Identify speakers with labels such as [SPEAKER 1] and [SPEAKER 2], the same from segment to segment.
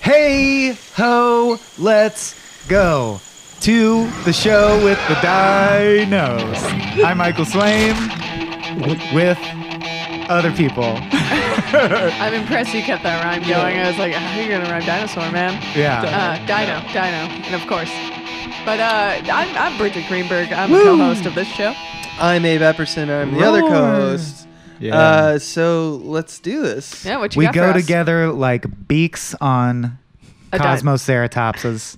[SPEAKER 1] Hey ho, let's go to the show with the dinos. I'm Michael Swaim with other people.
[SPEAKER 2] I'm impressed you kept that rhyme going. I was like, how are you gonna rhyme dinosaur, man?
[SPEAKER 1] Yeah.
[SPEAKER 2] Uh, dino, dino, and of course. But uh, I'm, I'm Bridget Greenberg. I'm the co-host of this show.
[SPEAKER 3] I'm Abe Epperson. I'm the other
[SPEAKER 1] Roar.
[SPEAKER 3] co-host.
[SPEAKER 4] Yeah.
[SPEAKER 3] Uh, so let's do this.
[SPEAKER 2] Yeah, what you
[SPEAKER 1] We
[SPEAKER 2] got
[SPEAKER 1] go
[SPEAKER 2] for us?
[SPEAKER 1] together like beaks on
[SPEAKER 2] A di-
[SPEAKER 1] Cosmoceratopses.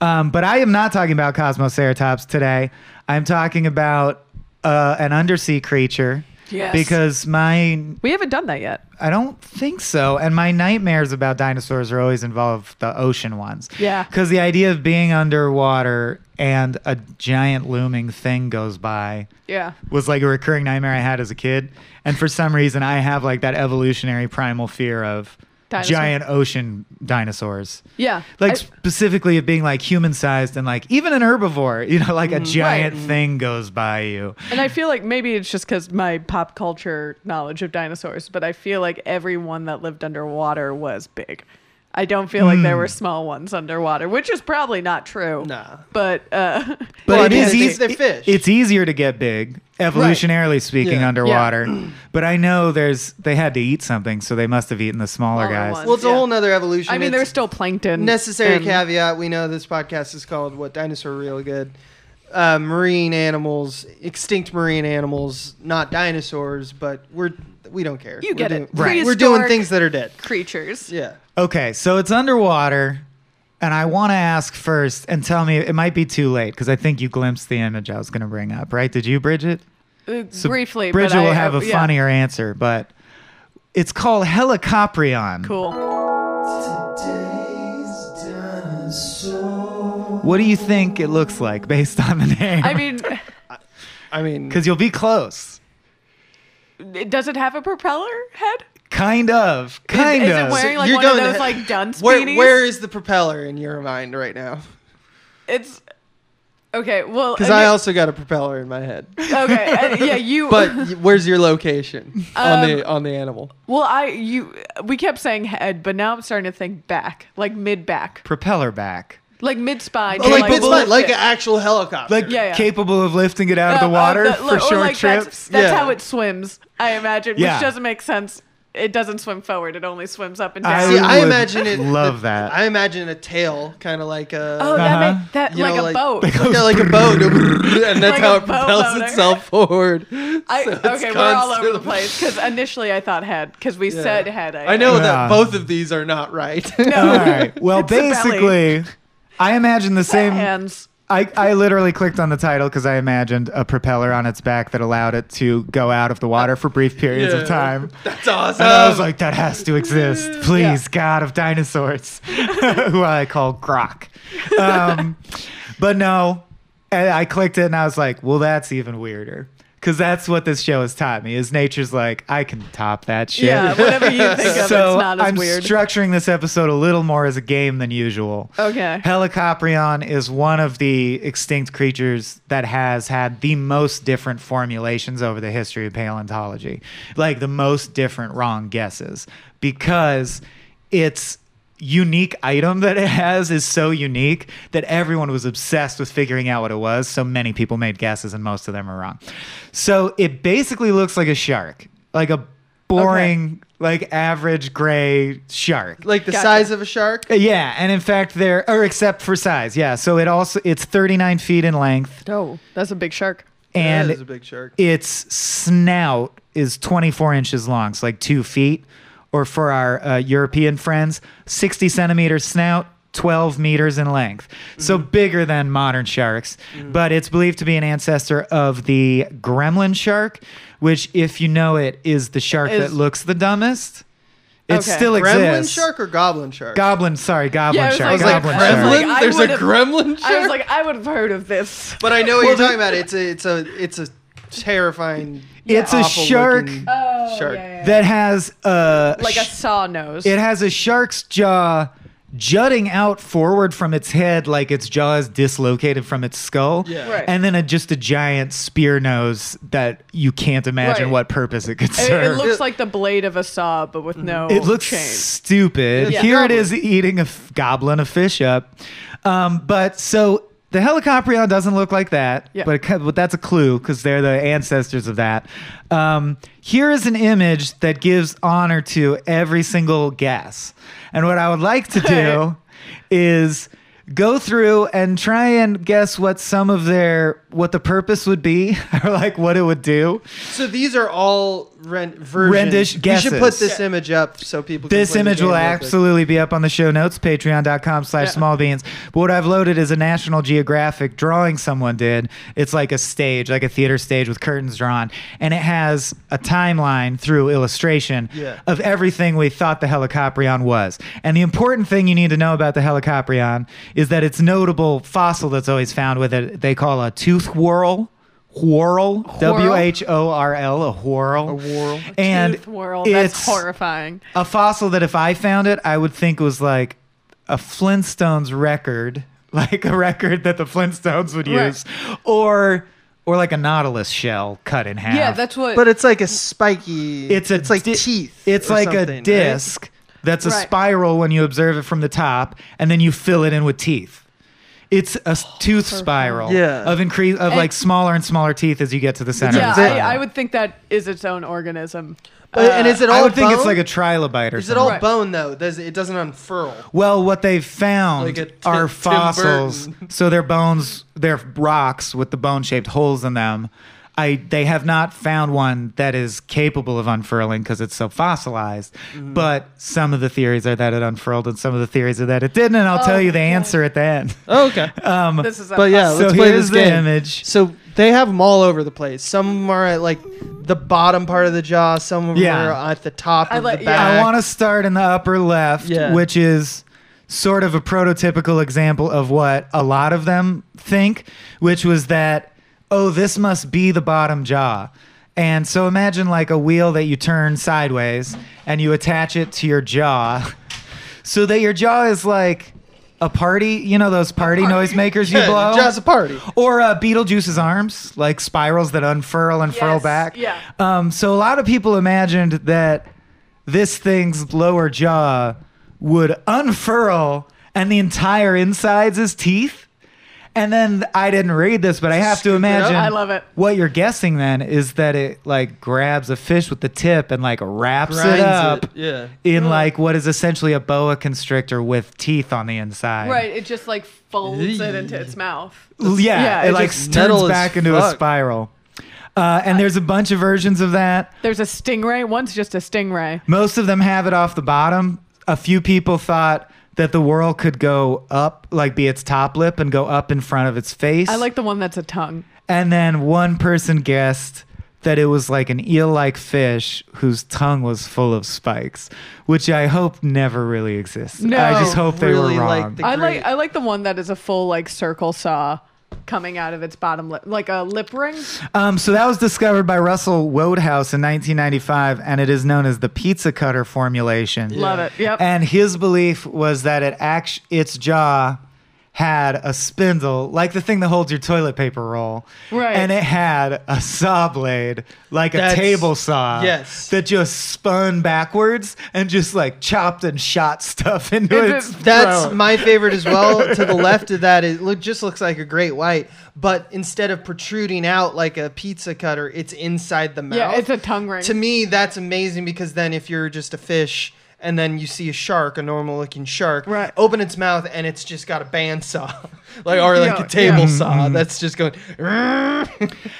[SPEAKER 1] Um, but I am not talking about Cosmoceratops today. I'm talking about uh, an undersea creature
[SPEAKER 2] Yes.
[SPEAKER 1] because my
[SPEAKER 2] we haven't done that yet.
[SPEAKER 1] I don't think so. And my nightmares about dinosaurs are always involve the ocean ones.
[SPEAKER 2] Yeah.
[SPEAKER 1] Because the idea of being underwater and a giant looming thing goes by
[SPEAKER 2] Yeah.
[SPEAKER 1] was like a recurring nightmare I had as a kid. And for some reason, I have like that evolutionary primal fear of
[SPEAKER 2] Dinosaur.
[SPEAKER 1] giant ocean dinosaurs.
[SPEAKER 2] Yeah.
[SPEAKER 1] Like
[SPEAKER 2] I-
[SPEAKER 1] specifically of being like human sized and like even an herbivore, you know, like
[SPEAKER 2] Mm-hmm.
[SPEAKER 1] a giant thing goes by you.
[SPEAKER 2] and I feel like maybe it's just because my pop culture knowledge of dinosaurs, but I feel like everyone that lived underwater was big. I don't feel like
[SPEAKER 1] Hmm.
[SPEAKER 2] there were small ones underwater, which is probably not true.
[SPEAKER 3] Nah.
[SPEAKER 2] But uh,
[SPEAKER 1] But
[SPEAKER 3] Well,
[SPEAKER 1] it
[SPEAKER 3] I mean,
[SPEAKER 1] is
[SPEAKER 3] it's-
[SPEAKER 1] eas-
[SPEAKER 3] they're fish.
[SPEAKER 1] It's easier to get big, evolutionarily speaking,
[SPEAKER 3] Yeah.
[SPEAKER 1] underwater. but I know there's they had to eat something, so they must have eaten the smaller
[SPEAKER 2] Smaller
[SPEAKER 1] guys.
[SPEAKER 2] ones.
[SPEAKER 3] well, it's
[SPEAKER 2] Yeah.
[SPEAKER 3] a whole nother evolution.
[SPEAKER 2] I mean,
[SPEAKER 3] It's
[SPEAKER 2] there's still plankton.
[SPEAKER 3] necessary
[SPEAKER 2] and-
[SPEAKER 3] caveat. We know this podcast is called "What Dinosaur Really Good." Uh, marine animals, extinct marine animals, not dinosaurs, but we're we don't care.
[SPEAKER 2] You
[SPEAKER 3] We're
[SPEAKER 2] get
[SPEAKER 3] doing,
[SPEAKER 2] it.
[SPEAKER 3] Right. We're doing
[SPEAKER 2] Prehistoric
[SPEAKER 3] things that are dead.
[SPEAKER 2] creatures.
[SPEAKER 3] Yeah.
[SPEAKER 1] Okay, so it's underwater, and I want to ask first and tell me it might be too late because I think you glimpsed the image I was going to bring up, right? Did you, Bridget?
[SPEAKER 2] Uh,
[SPEAKER 1] So
[SPEAKER 2] briefly, but
[SPEAKER 1] Bridget
[SPEAKER 2] I-
[SPEAKER 1] will
[SPEAKER 2] I-
[SPEAKER 1] have a
[SPEAKER 2] yeah.
[SPEAKER 1] funnier answer, but it's called helicoprion.
[SPEAKER 2] Cool.
[SPEAKER 1] What do you think it looks like based on the name?
[SPEAKER 2] I mean,
[SPEAKER 3] I mean,
[SPEAKER 1] because you'll be close.
[SPEAKER 2] does it have a propeller head?
[SPEAKER 1] Kind of, kind
[SPEAKER 2] is
[SPEAKER 1] of.
[SPEAKER 2] it wearing like
[SPEAKER 3] you're
[SPEAKER 2] one of
[SPEAKER 3] going
[SPEAKER 2] those
[SPEAKER 3] to-
[SPEAKER 2] like dunce
[SPEAKER 3] where,
[SPEAKER 2] beanies?
[SPEAKER 3] where is the propeller in your mind right now?
[SPEAKER 2] it's okay? Well,
[SPEAKER 3] Because I also got a propeller in my head.
[SPEAKER 2] okay, uh, yeah, you.
[SPEAKER 3] But y- where's your location on the
[SPEAKER 2] Um,
[SPEAKER 3] on the animal?
[SPEAKER 2] well, I you we kept saying head, but now I'm starting to think back, like mid back,
[SPEAKER 1] propeller back.
[SPEAKER 2] like mid spine.
[SPEAKER 3] Oh, like,
[SPEAKER 2] lift
[SPEAKER 3] it's not like
[SPEAKER 2] it.
[SPEAKER 3] an actual helicopter.
[SPEAKER 1] like
[SPEAKER 2] Yeah, yeah.
[SPEAKER 1] capable of lifting it out of
[SPEAKER 2] Uh,
[SPEAKER 1] the water
[SPEAKER 2] uh, the-
[SPEAKER 1] for
[SPEAKER 2] or
[SPEAKER 1] short
[SPEAKER 2] like that's-
[SPEAKER 1] trips.
[SPEAKER 2] That's,
[SPEAKER 3] Yeah.
[SPEAKER 2] how it swims, I imagine,
[SPEAKER 1] Yeah.
[SPEAKER 2] which doesn't make sense. It doesn't swim forward; it only swims up and
[SPEAKER 1] I
[SPEAKER 2] down.
[SPEAKER 3] See, I
[SPEAKER 1] would
[SPEAKER 3] imagine it.
[SPEAKER 1] love
[SPEAKER 3] the-
[SPEAKER 1] that.
[SPEAKER 3] I imagine a tail, kind of like a.
[SPEAKER 2] oh,
[SPEAKER 1] Uh-huh.
[SPEAKER 2] that make, that
[SPEAKER 3] you
[SPEAKER 2] like
[SPEAKER 3] know,
[SPEAKER 2] a boat.
[SPEAKER 3] Yeah, like a boat, and
[SPEAKER 2] Like
[SPEAKER 3] that's how
[SPEAKER 2] a
[SPEAKER 3] it propels
[SPEAKER 2] boat motor.
[SPEAKER 3] itself forward.
[SPEAKER 2] I,
[SPEAKER 3] So it's
[SPEAKER 2] okay, we're all over the
[SPEAKER 3] constant-
[SPEAKER 2] place because initially I thought head because we
[SPEAKER 3] Yeah.
[SPEAKER 2] said head. I,
[SPEAKER 3] I know
[SPEAKER 1] Yeah.
[SPEAKER 3] that both of these are not right.
[SPEAKER 2] No.
[SPEAKER 1] All right. Well,
[SPEAKER 2] It's a belly.
[SPEAKER 1] basically, I imagine the same.
[SPEAKER 2] hands.
[SPEAKER 1] I, I literally clicked on the title because I imagined a propeller on its back that allowed it to go out of the water for brief periods
[SPEAKER 3] Yeah.
[SPEAKER 1] of time.
[SPEAKER 3] That's awesome.
[SPEAKER 1] And I
[SPEAKER 2] Um,
[SPEAKER 1] was like, that has to exist. Please, God of dinosaurs, who I call Grok. Um, but no, and I clicked it and I was like, well, that's even weirder. Because that's what this show has taught me is nature's like, I can top that shit.
[SPEAKER 2] Yeah, whatever you think of,
[SPEAKER 1] so
[SPEAKER 2] it's not as
[SPEAKER 1] I'm
[SPEAKER 2] weird.
[SPEAKER 1] structuring this episode a little more as a game than usual.
[SPEAKER 2] Okay.
[SPEAKER 1] Helicoprion is one of the extinct creatures that has had the most different formulations over the history of paleontology, like the most different wrong guesses, because its unique item that it has is so unique that everyone was obsessed with figuring out what it was. So many people made guesses, and most of them are wrong. So it basically looks like a shark, like a boring, like average gray shark.
[SPEAKER 3] like the
[SPEAKER 2] Gotcha.
[SPEAKER 3] size of a shark.
[SPEAKER 1] Uh, Yeah, and in fact, there or except for size, yeah. So it also it's 39 feet in length,
[SPEAKER 2] Oh, that's a big shark.
[SPEAKER 1] and
[SPEAKER 3] that is a big shark.
[SPEAKER 1] its snout is 24 inches long, so like two feet, or for our uh, European friends, 60 centimeter snout. 12 meters in length. So
[SPEAKER 3] Mm-hmm.
[SPEAKER 1] bigger than modern sharks,
[SPEAKER 3] Mm.
[SPEAKER 1] but it's believed to be an ancestor of the gremlin shark, which, if you know it, is the shark
[SPEAKER 2] Is-
[SPEAKER 1] that looks the dumbest. It
[SPEAKER 2] Okay.
[SPEAKER 1] still
[SPEAKER 3] Gremlin
[SPEAKER 1] exists.
[SPEAKER 3] shark or goblin shark?
[SPEAKER 1] Goblin, sorry, goblin
[SPEAKER 2] Yeah, I was
[SPEAKER 1] shark.
[SPEAKER 3] I was
[SPEAKER 2] like,
[SPEAKER 3] like,
[SPEAKER 1] goblin
[SPEAKER 2] I was
[SPEAKER 1] shark.
[SPEAKER 3] gremlin.
[SPEAKER 2] like, I
[SPEAKER 3] There's a
[SPEAKER 2] would've-
[SPEAKER 3] gremlin shark.
[SPEAKER 2] I was like, I would have heard of this.
[SPEAKER 3] but I know what
[SPEAKER 1] Well,
[SPEAKER 3] you're
[SPEAKER 1] the-
[SPEAKER 3] talking about. It's a it's a it's a terrifying.
[SPEAKER 1] It's a
[SPEAKER 3] awful
[SPEAKER 1] shark
[SPEAKER 3] looking
[SPEAKER 2] Oh,
[SPEAKER 3] shark.
[SPEAKER 1] that has a
[SPEAKER 2] Like a
[SPEAKER 1] sh-
[SPEAKER 2] saw nose.
[SPEAKER 1] it has a shark's jaw jutting out forward from its head like its jaw is dislocated from its skull.
[SPEAKER 3] Yeah.
[SPEAKER 2] Right.
[SPEAKER 1] And then a, just a giant spear nose that you can't imagine
[SPEAKER 2] Right.
[SPEAKER 1] what purpose it could
[SPEAKER 2] It,
[SPEAKER 1] serve.
[SPEAKER 2] it looks like the blade of a saw, but
[SPEAKER 3] Mm-hmm.
[SPEAKER 2] with no
[SPEAKER 1] It looks
[SPEAKER 2] chain.
[SPEAKER 1] stupid.
[SPEAKER 2] Yeah.
[SPEAKER 1] Here it
[SPEAKER 3] Goblin.
[SPEAKER 1] is eating a f- goblin of fish up. Um, but so the helicoprion doesn't look like that,
[SPEAKER 2] Yeah.
[SPEAKER 1] but, it kind- but that's a clue because they're the ancestors of that. Um, here is an image that gives honor to every single guess. And what I would like to do is go through and try and guess what some of their what the purpose would be or like what it would do.
[SPEAKER 3] So these are all rent versions.
[SPEAKER 1] Rendish
[SPEAKER 3] We should put
[SPEAKER 1] guesses.
[SPEAKER 3] this
[SPEAKER 2] Yeah.
[SPEAKER 3] image up so people. can
[SPEAKER 1] This
[SPEAKER 3] play the
[SPEAKER 1] image
[SPEAKER 3] game
[SPEAKER 1] will
[SPEAKER 3] real quick.
[SPEAKER 1] absolutely be up on the show notes, patreon.com slash
[SPEAKER 2] Yeah.
[SPEAKER 1] smallbeans. But what I've loaded is a National Geographic drawing someone did. It's like a stage, like a theater stage with curtains drawn. And it has a timeline through illustration
[SPEAKER 3] Yeah.
[SPEAKER 1] of everything we thought the Helicoprion was. And the important thing you need to know about the Helicoprion is that its notable fossil that's always found with it, they call a tooth whorl. Whorl, W H O R L, a whorl.
[SPEAKER 3] A whorl.
[SPEAKER 1] And
[SPEAKER 2] Tooth world.
[SPEAKER 1] it's-
[SPEAKER 2] That's horrifying.
[SPEAKER 1] a fossil that if I found it, I would think was like a Flintstones record, like a record that the Flintstones would
[SPEAKER 2] Right.
[SPEAKER 1] use, or or like a nautilus shell cut in half.
[SPEAKER 2] Yeah, that's what.
[SPEAKER 3] But it's like a spiky.
[SPEAKER 1] it's a
[SPEAKER 3] like
[SPEAKER 1] di-
[SPEAKER 3] teeth.
[SPEAKER 1] It's
[SPEAKER 3] or
[SPEAKER 1] like
[SPEAKER 3] something,
[SPEAKER 1] a
[SPEAKER 3] right?
[SPEAKER 1] disc that's a
[SPEAKER 2] Right.
[SPEAKER 1] spiral when you observe it from the top, and then you fill it in with teeth. It's a s- tooth spiral
[SPEAKER 3] Yeah.
[SPEAKER 1] of increase of
[SPEAKER 2] Oh, And-
[SPEAKER 1] like smaller and smaller teeth as you get to the center.
[SPEAKER 2] yeah,
[SPEAKER 1] of the
[SPEAKER 2] I,
[SPEAKER 1] spiral.
[SPEAKER 2] I would think that is its own organism. Uh,
[SPEAKER 3] But- Uh, and is it all?
[SPEAKER 1] I would think it's
[SPEAKER 3] bone?
[SPEAKER 1] like a trilobite or
[SPEAKER 3] Is it
[SPEAKER 1] something.
[SPEAKER 3] all
[SPEAKER 2] Right.
[SPEAKER 3] bone though? Does it doesn't unfurl?
[SPEAKER 1] Well, what they've found
[SPEAKER 3] Like a Tim-
[SPEAKER 1] are
[SPEAKER 3] Tim
[SPEAKER 1] fossils.
[SPEAKER 3] Burton.
[SPEAKER 1] So their bones, they're rocks with the bone-shaped holes in them. I they have not found one that is capable of unfurling because it's so fossilized.
[SPEAKER 3] Mm-hmm.
[SPEAKER 1] But some of the theories are that it unfurled, and some of the theories are that it didn't. And I'll
[SPEAKER 2] Oh,
[SPEAKER 1] tell you the
[SPEAKER 2] okay.
[SPEAKER 1] answer at the end.
[SPEAKER 3] Oh, okay.
[SPEAKER 1] Um,
[SPEAKER 2] This is
[SPEAKER 3] But yeah,
[SPEAKER 2] unpos-
[SPEAKER 1] so
[SPEAKER 3] let's play
[SPEAKER 1] here's
[SPEAKER 3] this
[SPEAKER 1] the
[SPEAKER 3] game.
[SPEAKER 1] image.
[SPEAKER 3] So they have them all over the place. Some are at like the bottom part of the jaw. Some of them
[SPEAKER 1] Yeah.
[SPEAKER 3] are at the top
[SPEAKER 2] I
[SPEAKER 3] of
[SPEAKER 2] like-
[SPEAKER 3] the
[SPEAKER 2] yeah.
[SPEAKER 3] back.
[SPEAKER 1] I want to start in the upper left,
[SPEAKER 3] Uh, Yeah.
[SPEAKER 1] which is sort of a prototypical example of what a lot of them think, which was that, oh, this must be the bottom jaw. And so imagine like a wheel that you turn sideways and you attach it to your jaw so that your jaw is like a party, you know, those party, noisemakers you
[SPEAKER 3] Yeah,
[SPEAKER 1] blow?
[SPEAKER 3] Just a party.
[SPEAKER 1] Or uh, Beetlejuice's arms, like spirals that unfurl and furl
[SPEAKER 2] Yes,
[SPEAKER 1] back.
[SPEAKER 2] yeah.
[SPEAKER 1] Um, so a lot of people imagined that this thing's lower jaw would unfurl and the entire insides is teeth. And then I didn't read this, but I have
[SPEAKER 3] Scoop it
[SPEAKER 1] to
[SPEAKER 3] up.
[SPEAKER 1] imagine.
[SPEAKER 2] I love it.
[SPEAKER 1] What you're guessing then is that it like grabs a fish with the tip and like wraps it up
[SPEAKER 3] Grinds it. Yeah.
[SPEAKER 1] in like what is essentially a boa constrictor with teeth on the inside.
[SPEAKER 2] right, it just like folds it into its mouth.
[SPEAKER 1] L- Yeah,
[SPEAKER 2] Yeah,
[SPEAKER 1] it,
[SPEAKER 2] it
[SPEAKER 1] like
[SPEAKER 3] just- metal
[SPEAKER 1] turns
[SPEAKER 3] as
[SPEAKER 1] back into a
[SPEAKER 3] fuck.
[SPEAKER 1] spiral. Uh, and there's a bunch of versions of that.
[SPEAKER 2] There's a stingray. One's just a stingray.
[SPEAKER 1] Most of them have it off the bottom. A few people thought that the whirl could go up, like be its top lip and go up in front of its face.
[SPEAKER 2] I like the one that's a tongue.
[SPEAKER 1] and then one person guessed that it was like an eel-like fish whose tongue was full of spikes, which I hope never really existed. I
[SPEAKER 2] No.
[SPEAKER 1] just hope they
[SPEAKER 3] Really
[SPEAKER 1] were wrong.
[SPEAKER 3] like the-
[SPEAKER 2] I
[SPEAKER 3] Great.
[SPEAKER 2] like I like the one that is a full like circle saw coming out of its bottom lip, like a lip ring.
[SPEAKER 1] Um, so that was discovered by Russell Wodehouse in 1995, and it is known as the pizza cutter formulation.
[SPEAKER 2] Love it. Yep.
[SPEAKER 1] And his belief was that it act- its jaw had a spindle, like the thing that holds your toilet paper roll.
[SPEAKER 2] Right.
[SPEAKER 1] And it had a saw blade, like
[SPEAKER 3] That's-
[SPEAKER 1] a table saw.
[SPEAKER 3] yes.
[SPEAKER 1] That just spun backwards and just like chopped and shot stuff into
[SPEAKER 2] If it-
[SPEAKER 1] its.
[SPEAKER 3] That's
[SPEAKER 1] throat.
[SPEAKER 3] my favorite as well. to the left of that, it look, just looks like a great white, but instead of protruding out like a pizza cutter, it's inside the mouth.
[SPEAKER 2] yeah, it's a tongue ring.
[SPEAKER 3] to me, that's amazing because then if you're just a fish and then you see a shark, a normal looking shark,
[SPEAKER 2] Right.
[SPEAKER 3] open its mouth and it's just got a bandsaw, like or like
[SPEAKER 2] Yeah,
[SPEAKER 3] a table
[SPEAKER 1] Mm-hmm.
[SPEAKER 2] yeah.
[SPEAKER 3] saw that's just going.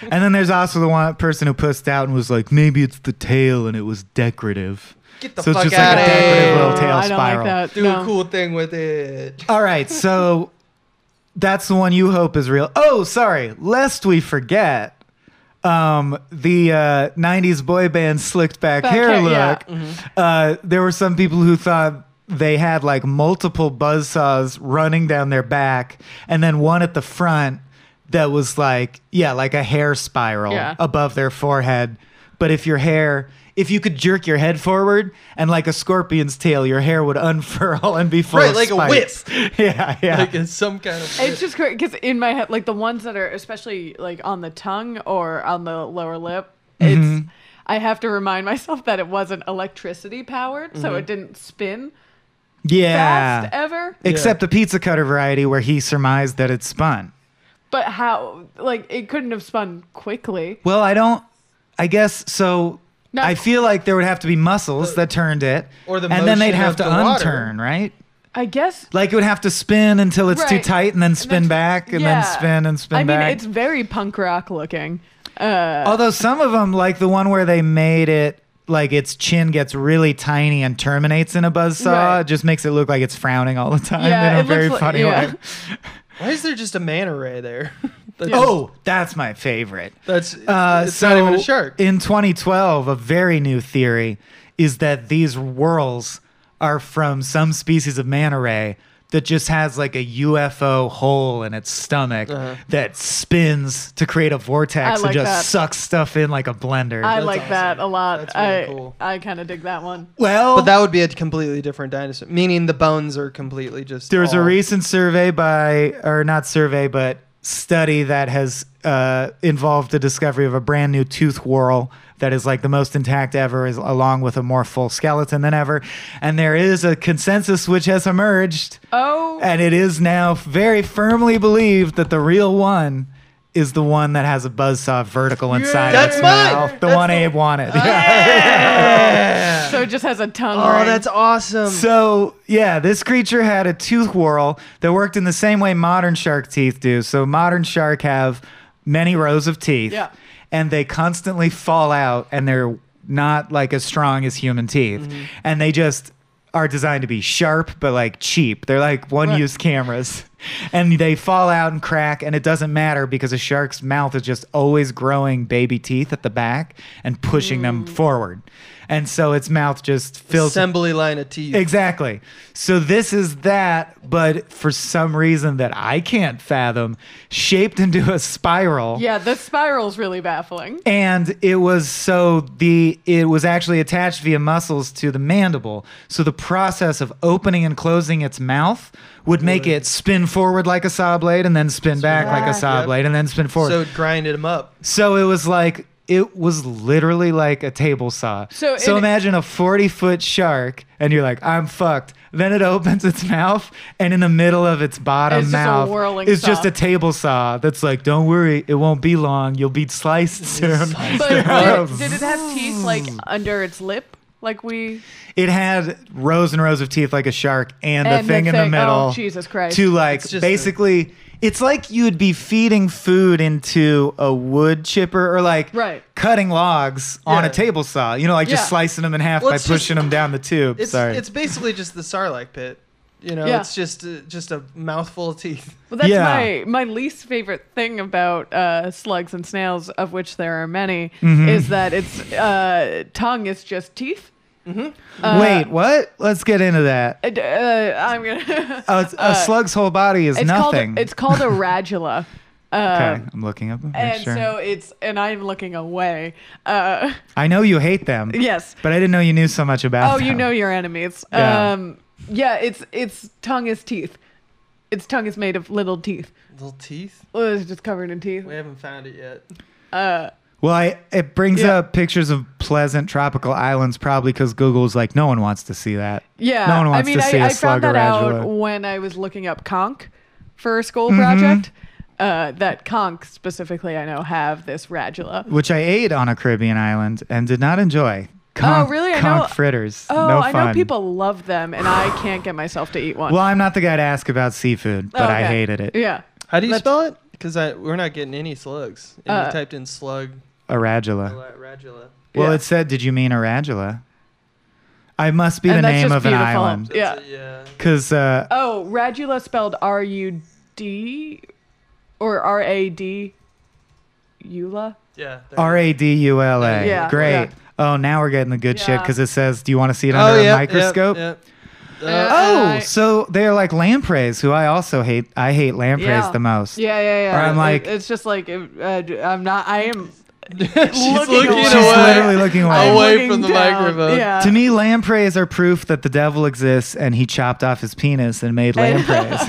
[SPEAKER 1] And then there's also the one person who pussed out and was like, maybe it's the tail and it was decorative.
[SPEAKER 3] Get the
[SPEAKER 1] So it's
[SPEAKER 3] fuck
[SPEAKER 1] just like
[SPEAKER 3] out
[SPEAKER 1] a
[SPEAKER 3] of
[SPEAKER 1] decorative
[SPEAKER 3] here!
[SPEAKER 1] little tail
[SPEAKER 2] I don't
[SPEAKER 1] spiral.
[SPEAKER 2] like that.
[SPEAKER 3] Do
[SPEAKER 2] no.
[SPEAKER 3] a cool thing with it.
[SPEAKER 1] All right, so that's the one you hope is real. Oh, sorry, lest we forget. Um, the uh, '90s boy band slicked back,
[SPEAKER 2] Back
[SPEAKER 1] hair,
[SPEAKER 2] hair,
[SPEAKER 1] look.
[SPEAKER 2] yeah.
[SPEAKER 1] Uh, there were some people who thought they had like multiple buzzsaws running down their back, and then one at the front that was like, yeah, like a hair spiral
[SPEAKER 2] Yeah.
[SPEAKER 1] above their forehead But if your hair, if you could jerk your head forward and like a scorpion's tail, your hair would unfurl and be full
[SPEAKER 3] Right,
[SPEAKER 1] of
[SPEAKER 3] like a whip.
[SPEAKER 1] whip. Yeah, yeah.
[SPEAKER 3] Like it's some kind of.
[SPEAKER 2] It's just because in my head, like the ones that are especially like on the tongue or on the lower lip, it's I have to remind myself that it wasn't electricity powered, so it didn't spin
[SPEAKER 1] yeah.
[SPEAKER 2] fast ever.
[SPEAKER 1] Except the pizza cutter variety where he surmised that it spun.
[SPEAKER 2] But how, like, it couldn't have spun quickly.
[SPEAKER 1] Well, I don't. I guess so.
[SPEAKER 2] No.
[SPEAKER 1] I feel like there would have to be muscles that turned it,
[SPEAKER 3] Or the
[SPEAKER 1] and then they'd
[SPEAKER 3] motion
[SPEAKER 1] have
[SPEAKER 3] of
[SPEAKER 1] to
[SPEAKER 3] the water.
[SPEAKER 1] unturn, right?
[SPEAKER 2] I guess.
[SPEAKER 1] Like it would have to spin until it's too
[SPEAKER 2] Right.
[SPEAKER 1] tight, and then spin
[SPEAKER 2] then-
[SPEAKER 1] back, and
[SPEAKER 2] yeah.
[SPEAKER 1] then spin and spin
[SPEAKER 2] I mean,
[SPEAKER 1] back.
[SPEAKER 2] it's very punk rock looking. Uh,
[SPEAKER 1] Although some of them, like the one where they made it like its chin gets really tiny and terminates in a buzzsaw,
[SPEAKER 2] Right.
[SPEAKER 1] it just makes it look like it's frowning all the time
[SPEAKER 2] Yeah,
[SPEAKER 1] in a
[SPEAKER 2] it looks
[SPEAKER 1] very
[SPEAKER 2] like-
[SPEAKER 1] funny
[SPEAKER 2] yeah.
[SPEAKER 1] way.
[SPEAKER 3] Why is there just a manta ray there? That's,
[SPEAKER 1] Oh, that's my favorite.
[SPEAKER 3] that's
[SPEAKER 1] Uh,
[SPEAKER 3] it's
[SPEAKER 1] so
[SPEAKER 3] not even a shark.
[SPEAKER 1] In 2012, a very new theory is that these whirls are from some species of manta ray that just has like a UFO hole in its stomach
[SPEAKER 3] Uh-huh.
[SPEAKER 1] that spins to create a vortex
[SPEAKER 2] I like
[SPEAKER 1] and just
[SPEAKER 2] that.
[SPEAKER 1] sucks stuff in like a blender.
[SPEAKER 2] I
[SPEAKER 3] That's
[SPEAKER 2] like that a
[SPEAKER 3] awesome.
[SPEAKER 2] lot.
[SPEAKER 3] That's really
[SPEAKER 2] I,
[SPEAKER 3] cool.
[SPEAKER 2] I kind of dig that one.
[SPEAKER 1] well,
[SPEAKER 3] but that would be a completely different dinosaur. Meaning the bones are completely just.
[SPEAKER 1] There's a
[SPEAKER 3] all-
[SPEAKER 1] recent survey by, or not survey, but study that has uh, involved the discovery of a brand new tooth whorl that is like the most intact ever, is along with a more full skeleton than ever. And there is a consensus which has emerged,
[SPEAKER 2] Oh,
[SPEAKER 1] and it is now very firmly believed that the real one is the one that has a buzzsaw vertical inside
[SPEAKER 3] That's
[SPEAKER 1] its
[SPEAKER 3] mine!
[SPEAKER 1] mouth. The
[SPEAKER 3] That's
[SPEAKER 1] one
[SPEAKER 3] the-
[SPEAKER 1] Abe wanted.
[SPEAKER 2] so it just has a tongue.
[SPEAKER 3] Oh,
[SPEAKER 2] ring.
[SPEAKER 3] that's awesome.
[SPEAKER 1] So yeah, this creature had a tooth whorl that worked in the same way modern shark teeth do. So modern shark have many rows of teeth,
[SPEAKER 2] Yeah.
[SPEAKER 1] and they constantly fall out, and they're not like as strong as human teeth, and they just are designed to be sharp but like cheap. They're like one-use cameras. And they fall out and crack and it doesn't matter because a shark's mouth is just always growing baby teeth at the back and pushing them forward. And so its mouth just fills
[SPEAKER 3] Assembly line of teeth.
[SPEAKER 1] Exactly. So this is that, but for some reason that I can't fathom, shaped into a spiral.
[SPEAKER 2] Yeah, the spiral's really baffling.
[SPEAKER 1] And it was so the it was actually attached via muscles to the mandible. So the process of opening and closing its mouth would make it spin forward like a saw blade and then spin back like a
[SPEAKER 2] back,
[SPEAKER 1] saw
[SPEAKER 3] yep.
[SPEAKER 1] blade and then spin forward.
[SPEAKER 3] So
[SPEAKER 1] So,
[SPEAKER 3] grinded them up.
[SPEAKER 1] it was like it was literally like a table saw.
[SPEAKER 2] So
[SPEAKER 1] so
[SPEAKER 2] it-
[SPEAKER 1] imagine a 40 foot shark and you're like, I'm fucked. Then it opens its mouth and in the middle of its bottom
[SPEAKER 2] It's just a
[SPEAKER 1] mouth
[SPEAKER 2] whirling
[SPEAKER 1] is
[SPEAKER 2] saw.
[SPEAKER 1] just a table saw that's like, don't worry, it won't be long. You'll be sliced soon.
[SPEAKER 2] But did, did it have teeth like under its lip? Like we
[SPEAKER 1] It had rows and rows of teeth like a shark and,
[SPEAKER 2] And
[SPEAKER 1] a
[SPEAKER 2] the
[SPEAKER 1] thing in the
[SPEAKER 2] thing-
[SPEAKER 1] middle.
[SPEAKER 2] oh, Jesus Christ.
[SPEAKER 1] To like
[SPEAKER 3] It's just
[SPEAKER 1] basically it's like you'd be feeding food into a wood chipper or like
[SPEAKER 2] Right.
[SPEAKER 1] cutting logs on
[SPEAKER 3] Yeah.
[SPEAKER 1] a table saw. You know, like
[SPEAKER 2] Yeah.
[SPEAKER 1] just slicing them in half
[SPEAKER 3] Well,
[SPEAKER 1] by
[SPEAKER 3] it's just-
[SPEAKER 1] pushing them down the tube.
[SPEAKER 3] It's
[SPEAKER 1] Sorry.
[SPEAKER 3] it's basically just the Sarlacc pit. You know,
[SPEAKER 2] Yeah.
[SPEAKER 3] it's just uh, just a mouthful of teeth.
[SPEAKER 2] well, that's
[SPEAKER 1] Yeah.
[SPEAKER 2] my my least favorite thing about uh, slugs and snails, of which there are many,
[SPEAKER 1] Mm-hmm.
[SPEAKER 2] is that its uh, tongue is just teeth.
[SPEAKER 1] Mm-hmm. Wait, what? Let's get into that.
[SPEAKER 2] Uh, d- uh, I'm gonna.
[SPEAKER 1] A, Oh, a slug's whole body is
[SPEAKER 2] Uh, it's
[SPEAKER 1] nothing.
[SPEAKER 2] called it's called a radula. Uh,
[SPEAKER 1] okay, I'm looking up.
[SPEAKER 2] And
[SPEAKER 1] sure.
[SPEAKER 2] so it's, and I'm looking away. Uh,
[SPEAKER 1] I know you hate them.
[SPEAKER 2] yes.
[SPEAKER 1] But I didn't know you knew so much about
[SPEAKER 2] Oh, you
[SPEAKER 1] them.
[SPEAKER 2] know your enemies.
[SPEAKER 1] Yeah.
[SPEAKER 2] Um, yeah, it's it's tongue is teeth. Its tongue is made of little teeth.
[SPEAKER 3] Little teeth.
[SPEAKER 2] Well, it's just covered in teeth.
[SPEAKER 3] We haven't found it yet.
[SPEAKER 2] Uh,
[SPEAKER 1] Well, I, it brings
[SPEAKER 2] Yeah.
[SPEAKER 1] up pictures of pleasant tropical islands, probably because Google's like, no one wants to see that.
[SPEAKER 2] yeah.
[SPEAKER 1] No one wants
[SPEAKER 2] I mean,
[SPEAKER 1] to
[SPEAKER 2] I,
[SPEAKER 1] see a
[SPEAKER 2] I
[SPEAKER 1] slug
[SPEAKER 2] found
[SPEAKER 1] or
[SPEAKER 2] that out
[SPEAKER 1] radula.
[SPEAKER 2] when I was looking up conch for a school
[SPEAKER 1] Mm-hmm.
[SPEAKER 2] project. Uh, that conch specifically, I know, have this radula.
[SPEAKER 1] Which I ate on a Caribbean island and did not enjoy. Conch-
[SPEAKER 2] Oh, really? I
[SPEAKER 1] conch
[SPEAKER 2] know-
[SPEAKER 1] fritters.
[SPEAKER 2] Oh,
[SPEAKER 1] no
[SPEAKER 2] I
[SPEAKER 1] fun.
[SPEAKER 2] know people love them, and I can't get myself to eat one. Oh,
[SPEAKER 1] Well, I'm not the guy to ask about seafood, but I
[SPEAKER 2] Okay.
[SPEAKER 1] hated it.
[SPEAKER 2] Yeah.
[SPEAKER 3] How do you
[SPEAKER 2] Let's-
[SPEAKER 3] spell it? Because we're not getting any slugs. And
[SPEAKER 2] Uh,
[SPEAKER 3] you typed in slug
[SPEAKER 1] Aragula.
[SPEAKER 3] radula.
[SPEAKER 1] Well,
[SPEAKER 2] Yeah.
[SPEAKER 1] it said, did you mean Aragula? I must be
[SPEAKER 2] And
[SPEAKER 1] the
[SPEAKER 2] that's
[SPEAKER 1] name
[SPEAKER 2] just
[SPEAKER 1] of an
[SPEAKER 2] beautiful.
[SPEAKER 1] island.
[SPEAKER 2] Yeah.
[SPEAKER 3] yeah.
[SPEAKER 1] Because uh,
[SPEAKER 2] Oh, radula spelled R U D or R A D Eula.
[SPEAKER 3] Yeah. there
[SPEAKER 1] R A D U L A.
[SPEAKER 2] Yeah,
[SPEAKER 1] Great.
[SPEAKER 2] yeah.
[SPEAKER 1] Oh, now we're getting the good shit
[SPEAKER 2] Yeah.
[SPEAKER 1] because it says, do you want to see it
[SPEAKER 3] you go.
[SPEAKER 1] under a
[SPEAKER 3] yeah,
[SPEAKER 1] microscope?
[SPEAKER 3] yeah, yeah.
[SPEAKER 2] Yeah.
[SPEAKER 3] Uh,
[SPEAKER 1] Oh,
[SPEAKER 2] And I-
[SPEAKER 1] so they're like lampreys, who I also hate. I hate lampreys
[SPEAKER 2] Yeah.
[SPEAKER 1] the most.
[SPEAKER 2] Yeah, yeah, yeah.
[SPEAKER 1] Or I'm
[SPEAKER 2] It-
[SPEAKER 1] like-
[SPEAKER 2] it's just like uh, I'm not. I am looking,
[SPEAKER 1] She's
[SPEAKER 2] away.
[SPEAKER 1] literally looking away.
[SPEAKER 2] I'm
[SPEAKER 1] Away
[SPEAKER 2] looking
[SPEAKER 3] from the
[SPEAKER 2] down.
[SPEAKER 3] microphone.
[SPEAKER 2] Yeah.
[SPEAKER 1] to me, lampreys are proof that the devil exists, and he chopped off his penis and made lampreys.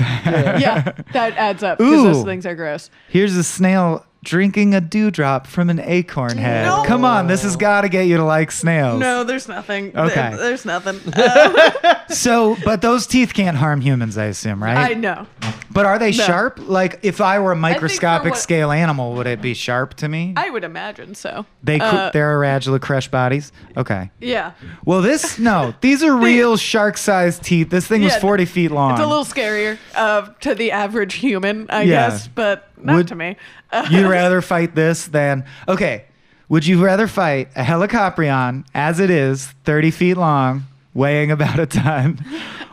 [SPEAKER 2] yeah, that adds up because
[SPEAKER 1] Ooh.
[SPEAKER 2] those things are gross.
[SPEAKER 1] Here's a snail drinking a dewdrop from an acorn head.
[SPEAKER 2] No.
[SPEAKER 1] Come on, this has got to get you to like snails.
[SPEAKER 2] No, there's nothing. There-
[SPEAKER 1] Okay.
[SPEAKER 2] there's nothing. Uh,
[SPEAKER 1] So, but those teeth can't harm humans, I Mm. assume, right?
[SPEAKER 2] I know.
[SPEAKER 1] But are they
[SPEAKER 2] No.
[SPEAKER 1] sharp? Like, if I were a
[SPEAKER 2] for
[SPEAKER 1] microscopic
[SPEAKER 2] what-
[SPEAKER 1] scale animal, would it be sharp to me?
[SPEAKER 2] I would imagine so.
[SPEAKER 1] they cou-
[SPEAKER 2] Uh,
[SPEAKER 1] they're Aragula crush bodies. Okay.
[SPEAKER 2] yeah.
[SPEAKER 1] Well, this no, these are real shark-sized teeth. This thing was
[SPEAKER 2] Yeah,
[SPEAKER 1] forty feet long.
[SPEAKER 2] It's a little scarier uh, to the average human, I
[SPEAKER 1] Yeah.
[SPEAKER 2] guess, but not
[SPEAKER 1] Would-
[SPEAKER 2] to me. Uh,
[SPEAKER 1] You'd rather fight this than okay? Would you rather fight a helicoprion as it is, thirty feet long, weighing about a ton,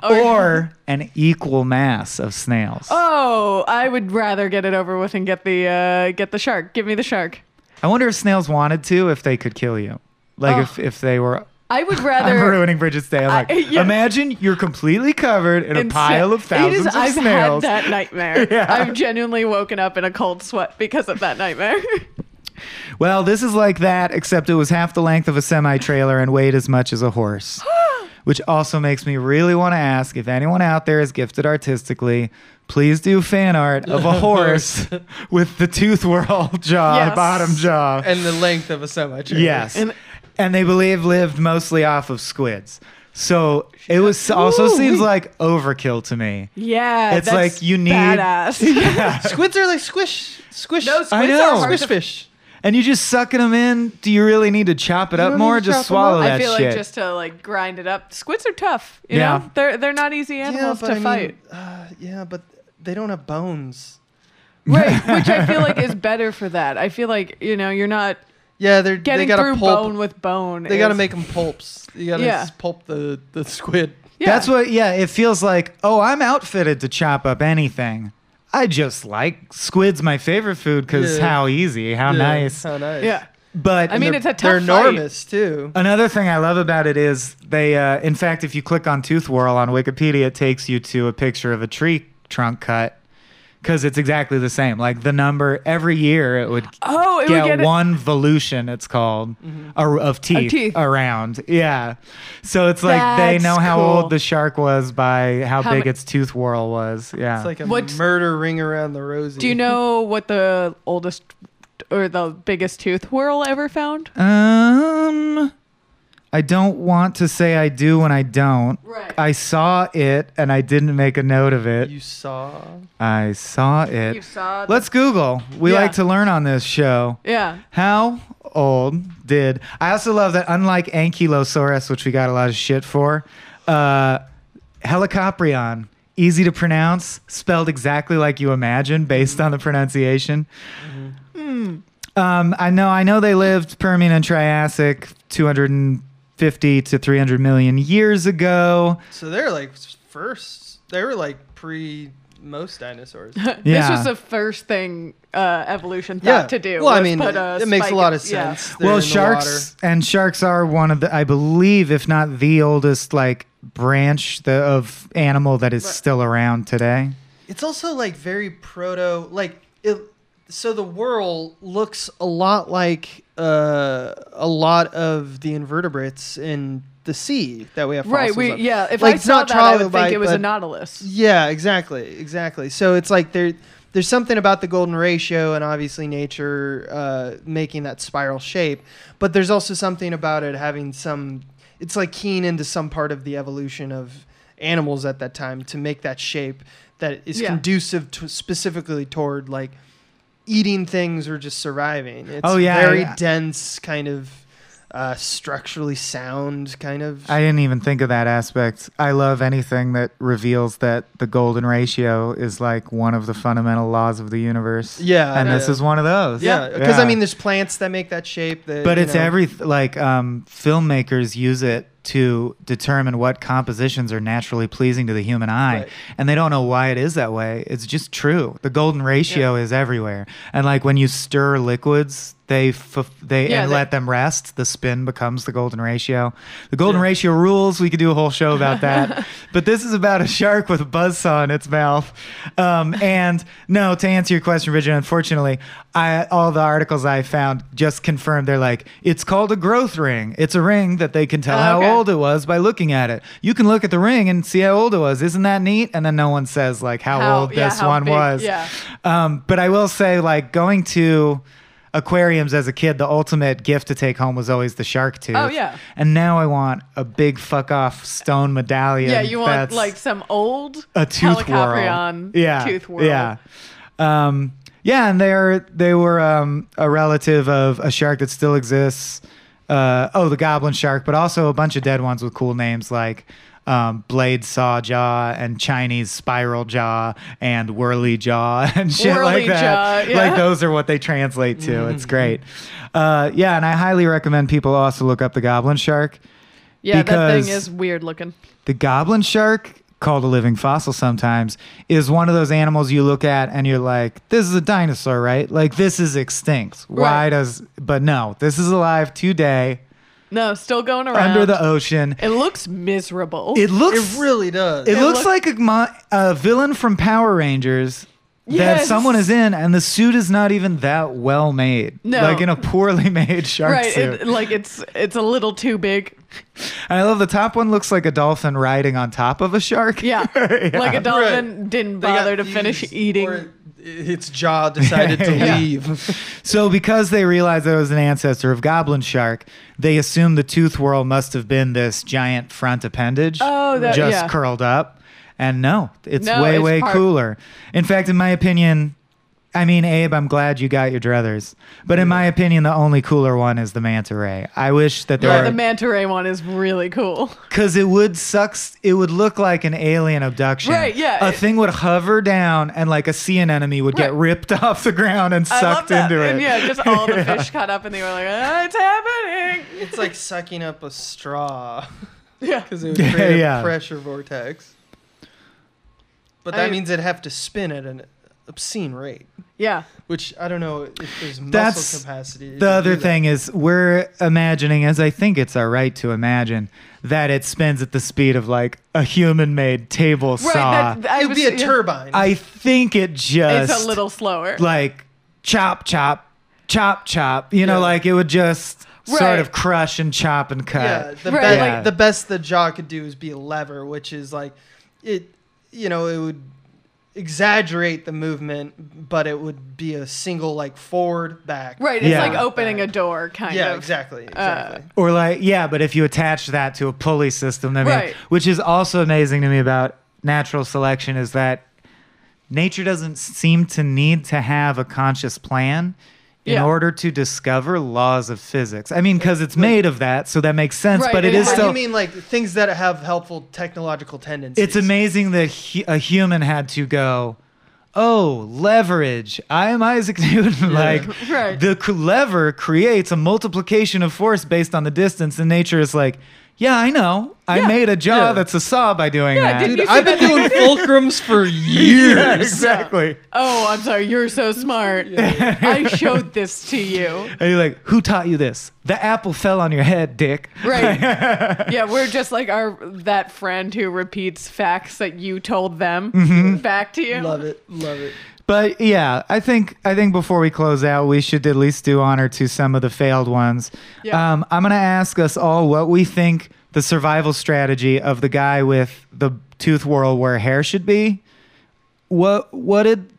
[SPEAKER 2] Or-
[SPEAKER 1] or an equal mass of snails?
[SPEAKER 2] oh, I would rather get it over with and get the uh, get the shark. Give me the shark.
[SPEAKER 1] I wonder if snails wanted to, if they could kill you, like
[SPEAKER 2] Oh.
[SPEAKER 1] if if they were.
[SPEAKER 2] I would
[SPEAKER 1] I'm
[SPEAKER 2] rather.
[SPEAKER 1] ruining Bridget's day. I'm like,
[SPEAKER 2] I- yeah.
[SPEAKER 1] imagine you're completely covered in a
[SPEAKER 2] in sna-
[SPEAKER 1] pile of
[SPEAKER 2] It
[SPEAKER 1] thousands
[SPEAKER 2] is-
[SPEAKER 1] of
[SPEAKER 2] I've
[SPEAKER 1] snails.
[SPEAKER 2] had that nightmare.
[SPEAKER 1] Yeah.
[SPEAKER 2] I've genuinely woken up in a cold sweat because of that nightmare.
[SPEAKER 1] Well, this is like that, except it was half the length of a semi trailer and weighed as much as a horse. Which also makes me really want to ask if anyone out there is gifted artistically, please do fan art of a horse with the tooth whirl jaw,
[SPEAKER 2] Yes.
[SPEAKER 1] bottom jaw.
[SPEAKER 3] and the length of a semi trailer.
[SPEAKER 1] yes. And,
[SPEAKER 2] And-
[SPEAKER 1] they believe lived mostly off of squids. So it was also
[SPEAKER 3] Ooh,
[SPEAKER 1] seems
[SPEAKER 3] wee.
[SPEAKER 1] like overkill to me.
[SPEAKER 2] yeah,
[SPEAKER 1] It's
[SPEAKER 2] that's
[SPEAKER 1] like you need-
[SPEAKER 2] badass.
[SPEAKER 3] Squids are like squish, squish.
[SPEAKER 2] No, squids
[SPEAKER 1] I know. are hard
[SPEAKER 3] squish
[SPEAKER 2] to-
[SPEAKER 3] fish.
[SPEAKER 1] And you just sucking them in. Do you really need to chop it up
[SPEAKER 3] don't
[SPEAKER 1] more?
[SPEAKER 3] need to
[SPEAKER 1] Just
[SPEAKER 3] chop 'em up.
[SPEAKER 1] swallow that
[SPEAKER 2] I feel
[SPEAKER 1] shit.
[SPEAKER 2] like just to like grind it up. Squids are tough. You
[SPEAKER 1] Yeah.
[SPEAKER 2] know, they're they're not easy animals
[SPEAKER 3] but
[SPEAKER 2] to
[SPEAKER 3] I mean,
[SPEAKER 2] fight.
[SPEAKER 3] uh, yeah, but they don't have bones.
[SPEAKER 2] right? Which I feel like is better for that. I feel like you know you're not
[SPEAKER 3] Yeah, they're
[SPEAKER 2] getting
[SPEAKER 3] they gotta
[SPEAKER 2] through
[SPEAKER 3] pulp.
[SPEAKER 2] bone with bone.
[SPEAKER 3] They got to
[SPEAKER 2] is-
[SPEAKER 3] make them pulps. You got to
[SPEAKER 2] Yeah.
[SPEAKER 3] pulp the the squid.
[SPEAKER 2] Yeah.
[SPEAKER 1] That's what, yeah, it feels like, oh, I'm outfitted to chop up anything. I just like squid's my favorite food because
[SPEAKER 3] Yeah.
[SPEAKER 1] how easy, how
[SPEAKER 3] Yeah,
[SPEAKER 1] nice.
[SPEAKER 3] How nice.
[SPEAKER 2] Yeah,
[SPEAKER 1] But
[SPEAKER 2] I mean,
[SPEAKER 3] They're-
[SPEAKER 2] it's a tough
[SPEAKER 3] They're
[SPEAKER 2] fight.
[SPEAKER 3] enormous too.
[SPEAKER 1] another thing I love about it is they, uh, in fact, if you click on Tooth Whirl on Wikipedia, it takes you to a picture of a tree trunk cut because it's exactly the same. Like the number every year, it would
[SPEAKER 2] Oh, it
[SPEAKER 1] get,
[SPEAKER 2] would get it- Mm-hmm.
[SPEAKER 1] one volution, it's called, ar- of, teeth
[SPEAKER 2] teeth.
[SPEAKER 1] around. Yeah. So it's like they
[SPEAKER 2] That's
[SPEAKER 1] know how
[SPEAKER 2] cool.
[SPEAKER 1] old the shark was by how,
[SPEAKER 2] How
[SPEAKER 1] big
[SPEAKER 2] ma-
[SPEAKER 1] its tooth whorl was. Yeah.
[SPEAKER 3] It's like a
[SPEAKER 2] What's-
[SPEAKER 3] murder ring around the rosy.
[SPEAKER 2] Do you know what the oldest or the biggest tooth whirl ever found?
[SPEAKER 1] um, I don't want to say I do when I don't.
[SPEAKER 2] Right.
[SPEAKER 1] I saw it and I didn't make a note of it.
[SPEAKER 3] You saw.
[SPEAKER 1] I saw it.
[SPEAKER 2] You saw the-
[SPEAKER 1] Let's Google. We
[SPEAKER 2] Yeah.
[SPEAKER 1] like to learn on this show.
[SPEAKER 2] Yeah.
[SPEAKER 1] How old did I also love that unlike Ankylosaurus, which we got a lot of shit for, uh Helicoprion, easy to pronounce, spelled exactly like you imagine based on the pronunciation.
[SPEAKER 2] Mm-hmm.
[SPEAKER 1] Um, I know I know they lived Permian and Triassic 250 to 300 million years ago.
[SPEAKER 3] So they're like first. They were like pre most dinosaurs.
[SPEAKER 1] Yeah.
[SPEAKER 2] This was the first thing uh, evolution thought to do.
[SPEAKER 3] Well, I
[SPEAKER 2] was
[SPEAKER 3] mean,
[SPEAKER 2] put
[SPEAKER 3] it, it makes a
[SPEAKER 2] spike
[SPEAKER 3] lot
[SPEAKER 2] in-
[SPEAKER 3] of
[SPEAKER 2] yeah.
[SPEAKER 3] sense. They're
[SPEAKER 1] well,
[SPEAKER 3] in the
[SPEAKER 1] sharks and sharks are one of the, I believe, if not the oldest, like branch the, of animal that is still around today.
[SPEAKER 3] water. It's also like very proto. Like it. So the whirl looks a lot like uh, a lot of the invertebrates in the sea that we have.
[SPEAKER 2] Right.
[SPEAKER 3] fossils
[SPEAKER 2] We
[SPEAKER 3] of.
[SPEAKER 2] yeah. If
[SPEAKER 3] Like,
[SPEAKER 2] I
[SPEAKER 3] it's
[SPEAKER 2] saw
[SPEAKER 3] not
[SPEAKER 2] that, I would think
[SPEAKER 3] trilobite,
[SPEAKER 2] it was a
[SPEAKER 3] but-
[SPEAKER 2] nautilus.
[SPEAKER 3] Yeah, exactly, exactly. So it's like there, there's something about the golden ratio and obviously nature uh, making that spiral shape, but there's also something about it having some. It's like keying into some part of the evolution of animals at that time to make that shape that is
[SPEAKER 2] Yeah.
[SPEAKER 3] conducive to specifically toward like eating things or just surviving. It's
[SPEAKER 1] Oh, yeah,
[SPEAKER 3] very
[SPEAKER 1] I-
[SPEAKER 3] dense kind of. Uh, structurally sound kind of
[SPEAKER 1] I didn't even think of that aspect. I love anything that reveals that the golden ratio is like one of the fundamental laws of the universe.
[SPEAKER 3] Yeah,
[SPEAKER 1] and
[SPEAKER 3] yeah.
[SPEAKER 1] this is one of those.
[SPEAKER 3] yeah because i mean there's plants that make that shape that,
[SPEAKER 1] but
[SPEAKER 3] you
[SPEAKER 1] it's
[SPEAKER 3] know-
[SPEAKER 1] every like um, filmmakers use it to determine what compositions are naturally pleasing to the human eye
[SPEAKER 3] Right.
[SPEAKER 1] and they don't know why it is that way it's just true the golden ratio is everywhere and like when you stir liquids they f- they
[SPEAKER 2] Yeah,
[SPEAKER 1] and
[SPEAKER 2] they-
[SPEAKER 1] let them rest. The spin becomes the golden ratio. The golden
[SPEAKER 3] Yeah.
[SPEAKER 1] ratio rules. We could do a whole show about that. but this is about a shark with a buzzsaw in its mouth. Um, and no, to answer your question, Bridget, unfortunately, I all the articles I found just confirmed they're like it's called a growth ring. It's a ring that they can tell
[SPEAKER 2] Oh,
[SPEAKER 1] how
[SPEAKER 2] okay.
[SPEAKER 1] old it was by looking at it. You can look at the ring and see how old it was. Isn't that neat? And then no one says like how,
[SPEAKER 2] How-
[SPEAKER 1] old
[SPEAKER 2] yeah,
[SPEAKER 1] this
[SPEAKER 2] how
[SPEAKER 1] one
[SPEAKER 2] big-
[SPEAKER 1] was.
[SPEAKER 2] yeah.
[SPEAKER 1] Um, but I will say, like, going to aquariums as a kid, the ultimate gift to take home was always the shark tooth.
[SPEAKER 2] Oh, yeah.
[SPEAKER 1] And now I want a big fuck off stone medallion.
[SPEAKER 2] Yeah, you want
[SPEAKER 1] that's
[SPEAKER 2] like some old
[SPEAKER 1] a tooth
[SPEAKER 2] Helicoprion
[SPEAKER 1] whirl. Yeah.
[SPEAKER 2] tooth world.
[SPEAKER 1] Yeah. Um, yeah, and they're they were um, a relative of a shark that still exists. Uh, oh, the goblin shark, but also a bunch of dead ones with cool names like um, blade saw jaw and Chinese spiral jaw and whirly jaw and shit like
[SPEAKER 2] Whirly
[SPEAKER 1] that.
[SPEAKER 2] jaw, yeah.
[SPEAKER 1] Like those are what they translate to. It's great. Uh, yeah, and I highly recommend people also look up the goblin shark.
[SPEAKER 2] Yeah, that
[SPEAKER 1] Because-
[SPEAKER 2] thing is weird looking.
[SPEAKER 1] The goblin shark, called a living fossil sometimes, is one of those animals you look at and you're like, this is a dinosaur, right? Like, this is extinct. Why
[SPEAKER 2] Right.
[SPEAKER 1] does, but no, this is alive today
[SPEAKER 2] No, still going around.
[SPEAKER 1] under the ocean.
[SPEAKER 2] It looks miserable.
[SPEAKER 1] It looks,
[SPEAKER 3] It really does.
[SPEAKER 1] it, looks
[SPEAKER 2] look-
[SPEAKER 1] like a, mo- a villain from Power Rangers. That
[SPEAKER 2] Yes.
[SPEAKER 1] someone is in, and the suit is not even that well made.
[SPEAKER 2] No.
[SPEAKER 1] like in a poorly made shark
[SPEAKER 2] right,
[SPEAKER 1] suit.
[SPEAKER 2] it, like it's it's a little too big.
[SPEAKER 1] and I love the top one looks like a dolphin riding on top of a shark.
[SPEAKER 2] Yeah, like a dolphin didn't
[SPEAKER 3] They got
[SPEAKER 2] bother to finish
[SPEAKER 3] fused,
[SPEAKER 2] eating.
[SPEAKER 3] or its jaw decided to
[SPEAKER 1] Yeah.
[SPEAKER 3] leave.
[SPEAKER 1] So, because they realized that it was an ancestor of goblin shark, they assumed the tooth whorl must have been this giant front appendage,
[SPEAKER 2] Oh, that-
[SPEAKER 1] just
[SPEAKER 2] yeah.
[SPEAKER 1] curled up. And no, it's
[SPEAKER 2] No,
[SPEAKER 1] way
[SPEAKER 2] it's
[SPEAKER 1] way
[SPEAKER 2] part-
[SPEAKER 1] cooler. In fact, in my opinion, I mean, Abe, I'm glad you got your druthers, but in my opinion, the only cooler one is the manta ray. I wish that there
[SPEAKER 2] yeah,
[SPEAKER 1] were
[SPEAKER 2] the manta ray one is really cool.
[SPEAKER 1] because it would sucks. It would look like an alien abduction.
[SPEAKER 2] Right, yeah.
[SPEAKER 1] A thing would hover down, and like a sea anemone would get
[SPEAKER 2] Right.
[SPEAKER 1] ripped off the ground and
[SPEAKER 2] I love
[SPEAKER 1] sucked
[SPEAKER 2] that.
[SPEAKER 1] into it.
[SPEAKER 2] And yeah, just all the fish caught up, and they were like, ah, "It's happening."
[SPEAKER 3] It's like sucking up a straw
[SPEAKER 2] Yeah,
[SPEAKER 3] because it would
[SPEAKER 1] Yeah,
[SPEAKER 3] create
[SPEAKER 1] yeah.
[SPEAKER 3] a pressure vortex. But that
[SPEAKER 2] I-
[SPEAKER 3] means it'd have to spin at an obscene rate,
[SPEAKER 2] yeah.
[SPEAKER 3] which I don't know if there's muscle
[SPEAKER 1] That's
[SPEAKER 3] capacity. to
[SPEAKER 1] The other
[SPEAKER 3] do that.
[SPEAKER 1] thing is, we're imagining, as I think it's our right to imagine, that it spins at the speed of like a human made table saw.
[SPEAKER 2] Right. That, I
[SPEAKER 3] it would
[SPEAKER 2] was-
[SPEAKER 3] be a
[SPEAKER 2] yeah.
[SPEAKER 3] turbine.
[SPEAKER 1] I think it just.
[SPEAKER 2] It's a little slower.
[SPEAKER 1] Like chop, chop, chop, chop. You know,
[SPEAKER 3] Yeah.
[SPEAKER 1] like it would just sort
[SPEAKER 2] Right.
[SPEAKER 1] of crush and chop and cut.
[SPEAKER 3] yeah, the,
[SPEAKER 2] Right,
[SPEAKER 3] be-
[SPEAKER 1] like-
[SPEAKER 3] the best the jaw could do is be a lever, which is like it, you know, it would exaggerate the movement, but it would be a single like forward back.
[SPEAKER 2] right. It's
[SPEAKER 1] Yeah.
[SPEAKER 2] like opening a door, kind
[SPEAKER 3] Yeah,
[SPEAKER 2] of. uh,
[SPEAKER 3] exactly, exactly.
[SPEAKER 1] Or like, yeah, but if you attach that to a pulley system, I mean,
[SPEAKER 2] Right.
[SPEAKER 1] which is also amazing to me about natural selection is that nature doesn't seem to need to have a conscious plan in
[SPEAKER 2] Yeah.
[SPEAKER 1] order to discover laws of physics. I mean, because it's made of that, so that makes sense.
[SPEAKER 2] Right,
[SPEAKER 1] but it
[SPEAKER 2] it
[SPEAKER 1] is
[SPEAKER 2] has-
[SPEAKER 3] What do
[SPEAKER 1] still.
[SPEAKER 3] you mean like things that have helpful technological tendencies?
[SPEAKER 1] It's amazing that he, a human had to go. Oh, leverage! I am Isaac Newton. like
[SPEAKER 2] Right.
[SPEAKER 1] the c- lever creates a multiplication of force based on the distance, and nature is like, yeah, I know. I
[SPEAKER 2] Yeah.
[SPEAKER 1] made a jaw
[SPEAKER 3] Yeah.
[SPEAKER 1] that's a saw by doing
[SPEAKER 2] Yeah,
[SPEAKER 1] that.
[SPEAKER 2] did you see
[SPEAKER 3] I've been
[SPEAKER 2] that-
[SPEAKER 3] doing fulcrums for years.
[SPEAKER 1] Yeah, exactly.
[SPEAKER 2] Oh, I'm sorry. You're so smart. I showed this to you.
[SPEAKER 1] And you're like, who taught you this? The apple fell on your head, dick.
[SPEAKER 2] Right. yeah, we're just like our that friend who repeats facts that you told them
[SPEAKER 1] Mm-hmm.
[SPEAKER 2] back to you.
[SPEAKER 3] Love it, love it.
[SPEAKER 1] But yeah, I think I think before we close out, we should at least do honor to some of the failed ones.
[SPEAKER 2] Yeah.
[SPEAKER 1] Um, I'm gonna ask us all what we think the survival strategy of the guy with the tooth whirl where hair should be. What what did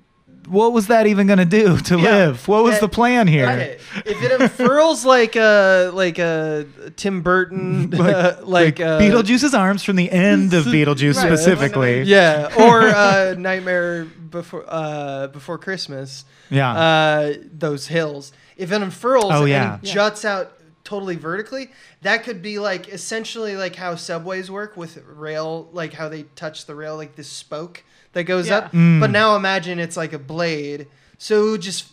[SPEAKER 1] what was that even gonna do to
[SPEAKER 3] Yeah.
[SPEAKER 1] live? What was
[SPEAKER 2] Eh,
[SPEAKER 3] That-
[SPEAKER 1] the plan here?
[SPEAKER 3] Okay, if it unfurls like a like a Tim Burton,
[SPEAKER 1] Like,
[SPEAKER 3] uh, like, uh,
[SPEAKER 1] Beetlejuice's arms from the end of Beetlejuice
[SPEAKER 2] Right.
[SPEAKER 1] specifically.
[SPEAKER 3] yeah, or uh, Nightmare Before uh, Before Christmas,
[SPEAKER 1] Yeah.
[SPEAKER 3] uh, those hills. If it unfurls
[SPEAKER 1] Oh, yeah.
[SPEAKER 3] and juts out totally vertically, that could be like essentially like how subways work with rail, like how they touch the rail, like this spoke that goes
[SPEAKER 2] Yeah.
[SPEAKER 3] up.
[SPEAKER 1] Mm.
[SPEAKER 3] But now imagine it's like a blade, so it would just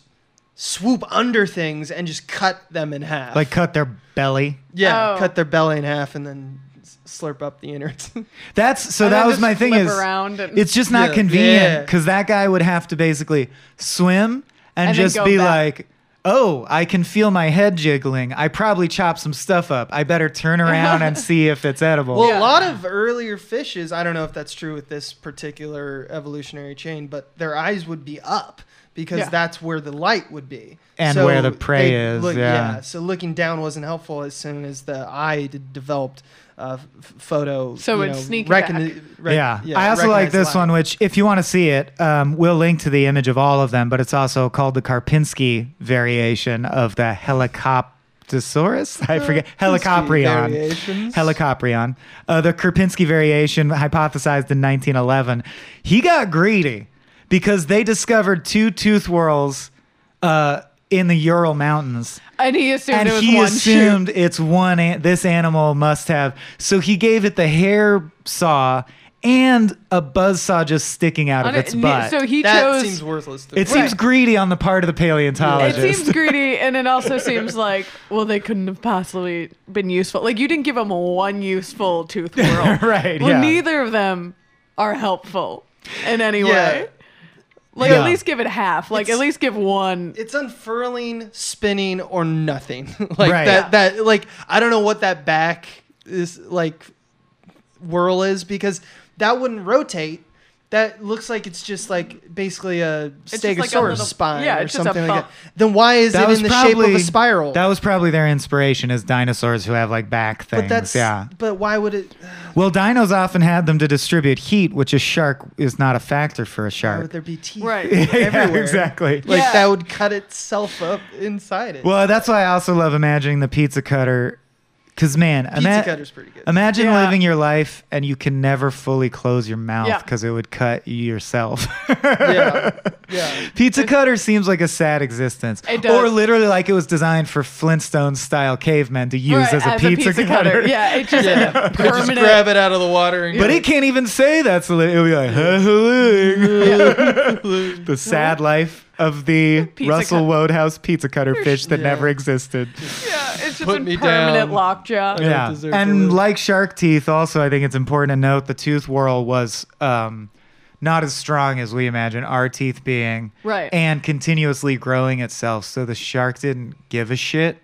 [SPEAKER 3] swoop under things and just cut them in half.
[SPEAKER 1] Like cut their belly.
[SPEAKER 3] yeah,
[SPEAKER 2] Oh.
[SPEAKER 3] cut their belly in half and then s- slurp up the innards.
[SPEAKER 1] That's so
[SPEAKER 2] And
[SPEAKER 1] that
[SPEAKER 2] then
[SPEAKER 1] was
[SPEAKER 2] just
[SPEAKER 1] my thing
[SPEAKER 2] flip
[SPEAKER 1] is
[SPEAKER 2] around and-
[SPEAKER 1] it's just not
[SPEAKER 3] Yeah.
[SPEAKER 1] convenient
[SPEAKER 3] Yeah.
[SPEAKER 1] because that guy would have to basically swim and,
[SPEAKER 2] And then
[SPEAKER 1] just
[SPEAKER 2] go
[SPEAKER 1] be
[SPEAKER 2] back.
[SPEAKER 1] like oh, I can feel my head jiggling. I probably chopped some stuff up. I better turn around and see if it's edible.
[SPEAKER 3] Well, a lot of earlier fishes, I don't know if that's true with this particular evolutionary chain, but their eyes would be up because
[SPEAKER 2] Yeah.
[SPEAKER 3] that's where the light would be
[SPEAKER 1] And
[SPEAKER 3] So
[SPEAKER 1] where the prey
[SPEAKER 3] they
[SPEAKER 1] is,
[SPEAKER 3] look-
[SPEAKER 1] yeah.
[SPEAKER 3] So looking down wasn't helpful as soon as the eye d- developed uh, f- photo.
[SPEAKER 2] So
[SPEAKER 3] you
[SPEAKER 2] it'd
[SPEAKER 3] know,
[SPEAKER 2] sneak back.
[SPEAKER 3] rec-
[SPEAKER 1] yeah. I also like
[SPEAKER 3] recognize
[SPEAKER 1] this
[SPEAKER 3] light.
[SPEAKER 1] one, which if you want to see it, um, we'll link to the image of all of them, but it's also called the Karpinski variation of the Helicoptosaurus. I forget Helicoprion.
[SPEAKER 3] variations.
[SPEAKER 1] Helicoprion. Uh, the Karpinski variation hypothesized in 1911. He got greedy because they discovered two tooth whorls uh, in the Ural Mountains
[SPEAKER 2] And he assumed
[SPEAKER 1] and
[SPEAKER 2] it was
[SPEAKER 1] he
[SPEAKER 2] one
[SPEAKER 1] assumed it's one an- this animal must have so he gave it the hair saw and a buzz saw just sticking out of
[SPEAKER 2] shoot.
[SPEAKER 1] its butt
[SPEAKER 2] So he
[SPEAKER 3] That
[SPEAKER 2] chose.
[SPEAKER 3] seems worthless. To
[SPEAKER 1] it
[SPEAKER 3] me.
[SPEAKER 1] seems greedy on the part of the
[SPEAKER 2] it
[SPEAKER 1] paleontologist
[SPEAKER 2] seems greedy, and it also seems like well, they couldn't have possibly been useful. Like you didn't give them one useful tooth whirl,
[SPEAKER 1] Right,
[SPEAKER 2] Well,
[SPEAKER 1] yeah.
[SPEAKER 2] neither of them are helpful in any
[SPEAKER 3] Yeah.
[SPEAKER 2] way. Like
[SPEAKER 1] Yeah.
[SPEAKER 2] at least give it half. Like
[SPEAKER 3] It's-
[SPEAKER 2] at least give one.
[SPEAKER 3] it's unfurling, spinning, or nothing. like
[SPEAKER 1] Right.
[SPEAKER 3] that. That like I don't know what that back is like whirl is because that wouldn't rotate. That looks like it's just like basically a
[SPEAKER 2] just like a
[SPEAKER 3] stegosaurus
[SPEAKER 2] little-
[SPEAKER 3] spine
[SPEAKER 2] yeah,
[SPEAKER 3] or
[SPEAKER 2] it's just a
[SPEAKER 3] something like that.
[SPEAKER 2] bump.
[SPEAKER 3] Then why is
[SPEAKER 1] that
[SPEAKER 3] it
[SPEAKER 1] was
[SPEAKER 3] in the
[SPEAKER 1] probably
[SPEAKER 3] shape of a spiral?
[SPEAKER 1] that was probably their inspiration is dinosaurs who have like back things
[SPEAKER 3] but that's
[SPEAKER 1] yeah
[SPEAKER 3] But why would it? uh,
[SPEAKER 1] well dinos often had them to distribute heat which a shark is not a factor for a
[SPEAKER 3] Why would
[SPEAKER 1] shark
[SPEAKER 3] there be teeth
[SPEAKER 2] Right.
[SPEAKER 1] Yeah,
[SPEAKER 3] everywhere?
[SPEAKER 1] exactly
[SPEAKER 3] Like
[SPEAKER 2] Yeah.
[SPEAKER 3] that would cut itself up inside it.
[SPEAKER 1] well that's why i also love imagining the pizza cutter because man
[SPEAKER 3] pizza
[SPEAKER 1] ima-
[SPEAKER 3] cutter's pretty good.
[SPEAKER 1] Imagine
[SPEAKER 2] Yeah.
[SPEAKER 1] living your life and you can never fully close your mouth
[SPEAKER 2] Yeah.
[SPEAKER 1] because it would cut you yourself.
[SPEAKER 3] yeah, yeah.
[SPEAKER 1] Pizza cutter seems like a sad existence.
[SPEAKER 2] It does.
[SPEAKER 1] Or literally like it was designed for Flintstone style cavemen to use
[SPEAKER 2] Right,
[SPEAKER 1] as, a, pizza cutter.
[SPEAKER 2] Yeah, it just
[SPEAKER 3] Yeah. Just
[SPEAKER 2] permanent.
[SPEAKER 3] grab it out of the water and
[SPEAKER 1] But
[SPEAKER 3] go.
[SPEAKER 1] it can't even say that's the li- it'll be like "Hello." the sad life of the
[SPEAKER 2] Pizza
[SPEAKER 1] Russell Wodehouse pizza cutter fish that
[SPEAKER 3] yeah.
[SPEAKER 1] never existed.
[SPEAKER 2] yeah, it's just
[SPEAKER 3] Put
[SPEAKER 2] in
[SPEAKER 3] me
[SPEAKER 2] permanent
[SPEAKER 3] down.
[SPEAKER 2] lockjaw.
[SPEAKER 3] don't
[SPEAKER 1] yeah.
[SPEAKER 3] deserve to
[SPEAKER 1] And
[SPEAKER 3] live.
[SPEAKER 1] like shark teeth, also, I think it's important to note the tooth whorl was um, not as strong as we imagine our teeth being.
[SPEAKER 2] Right.
[SPEAKER 1] And continuously growing itself. So the shark didn't give a shit.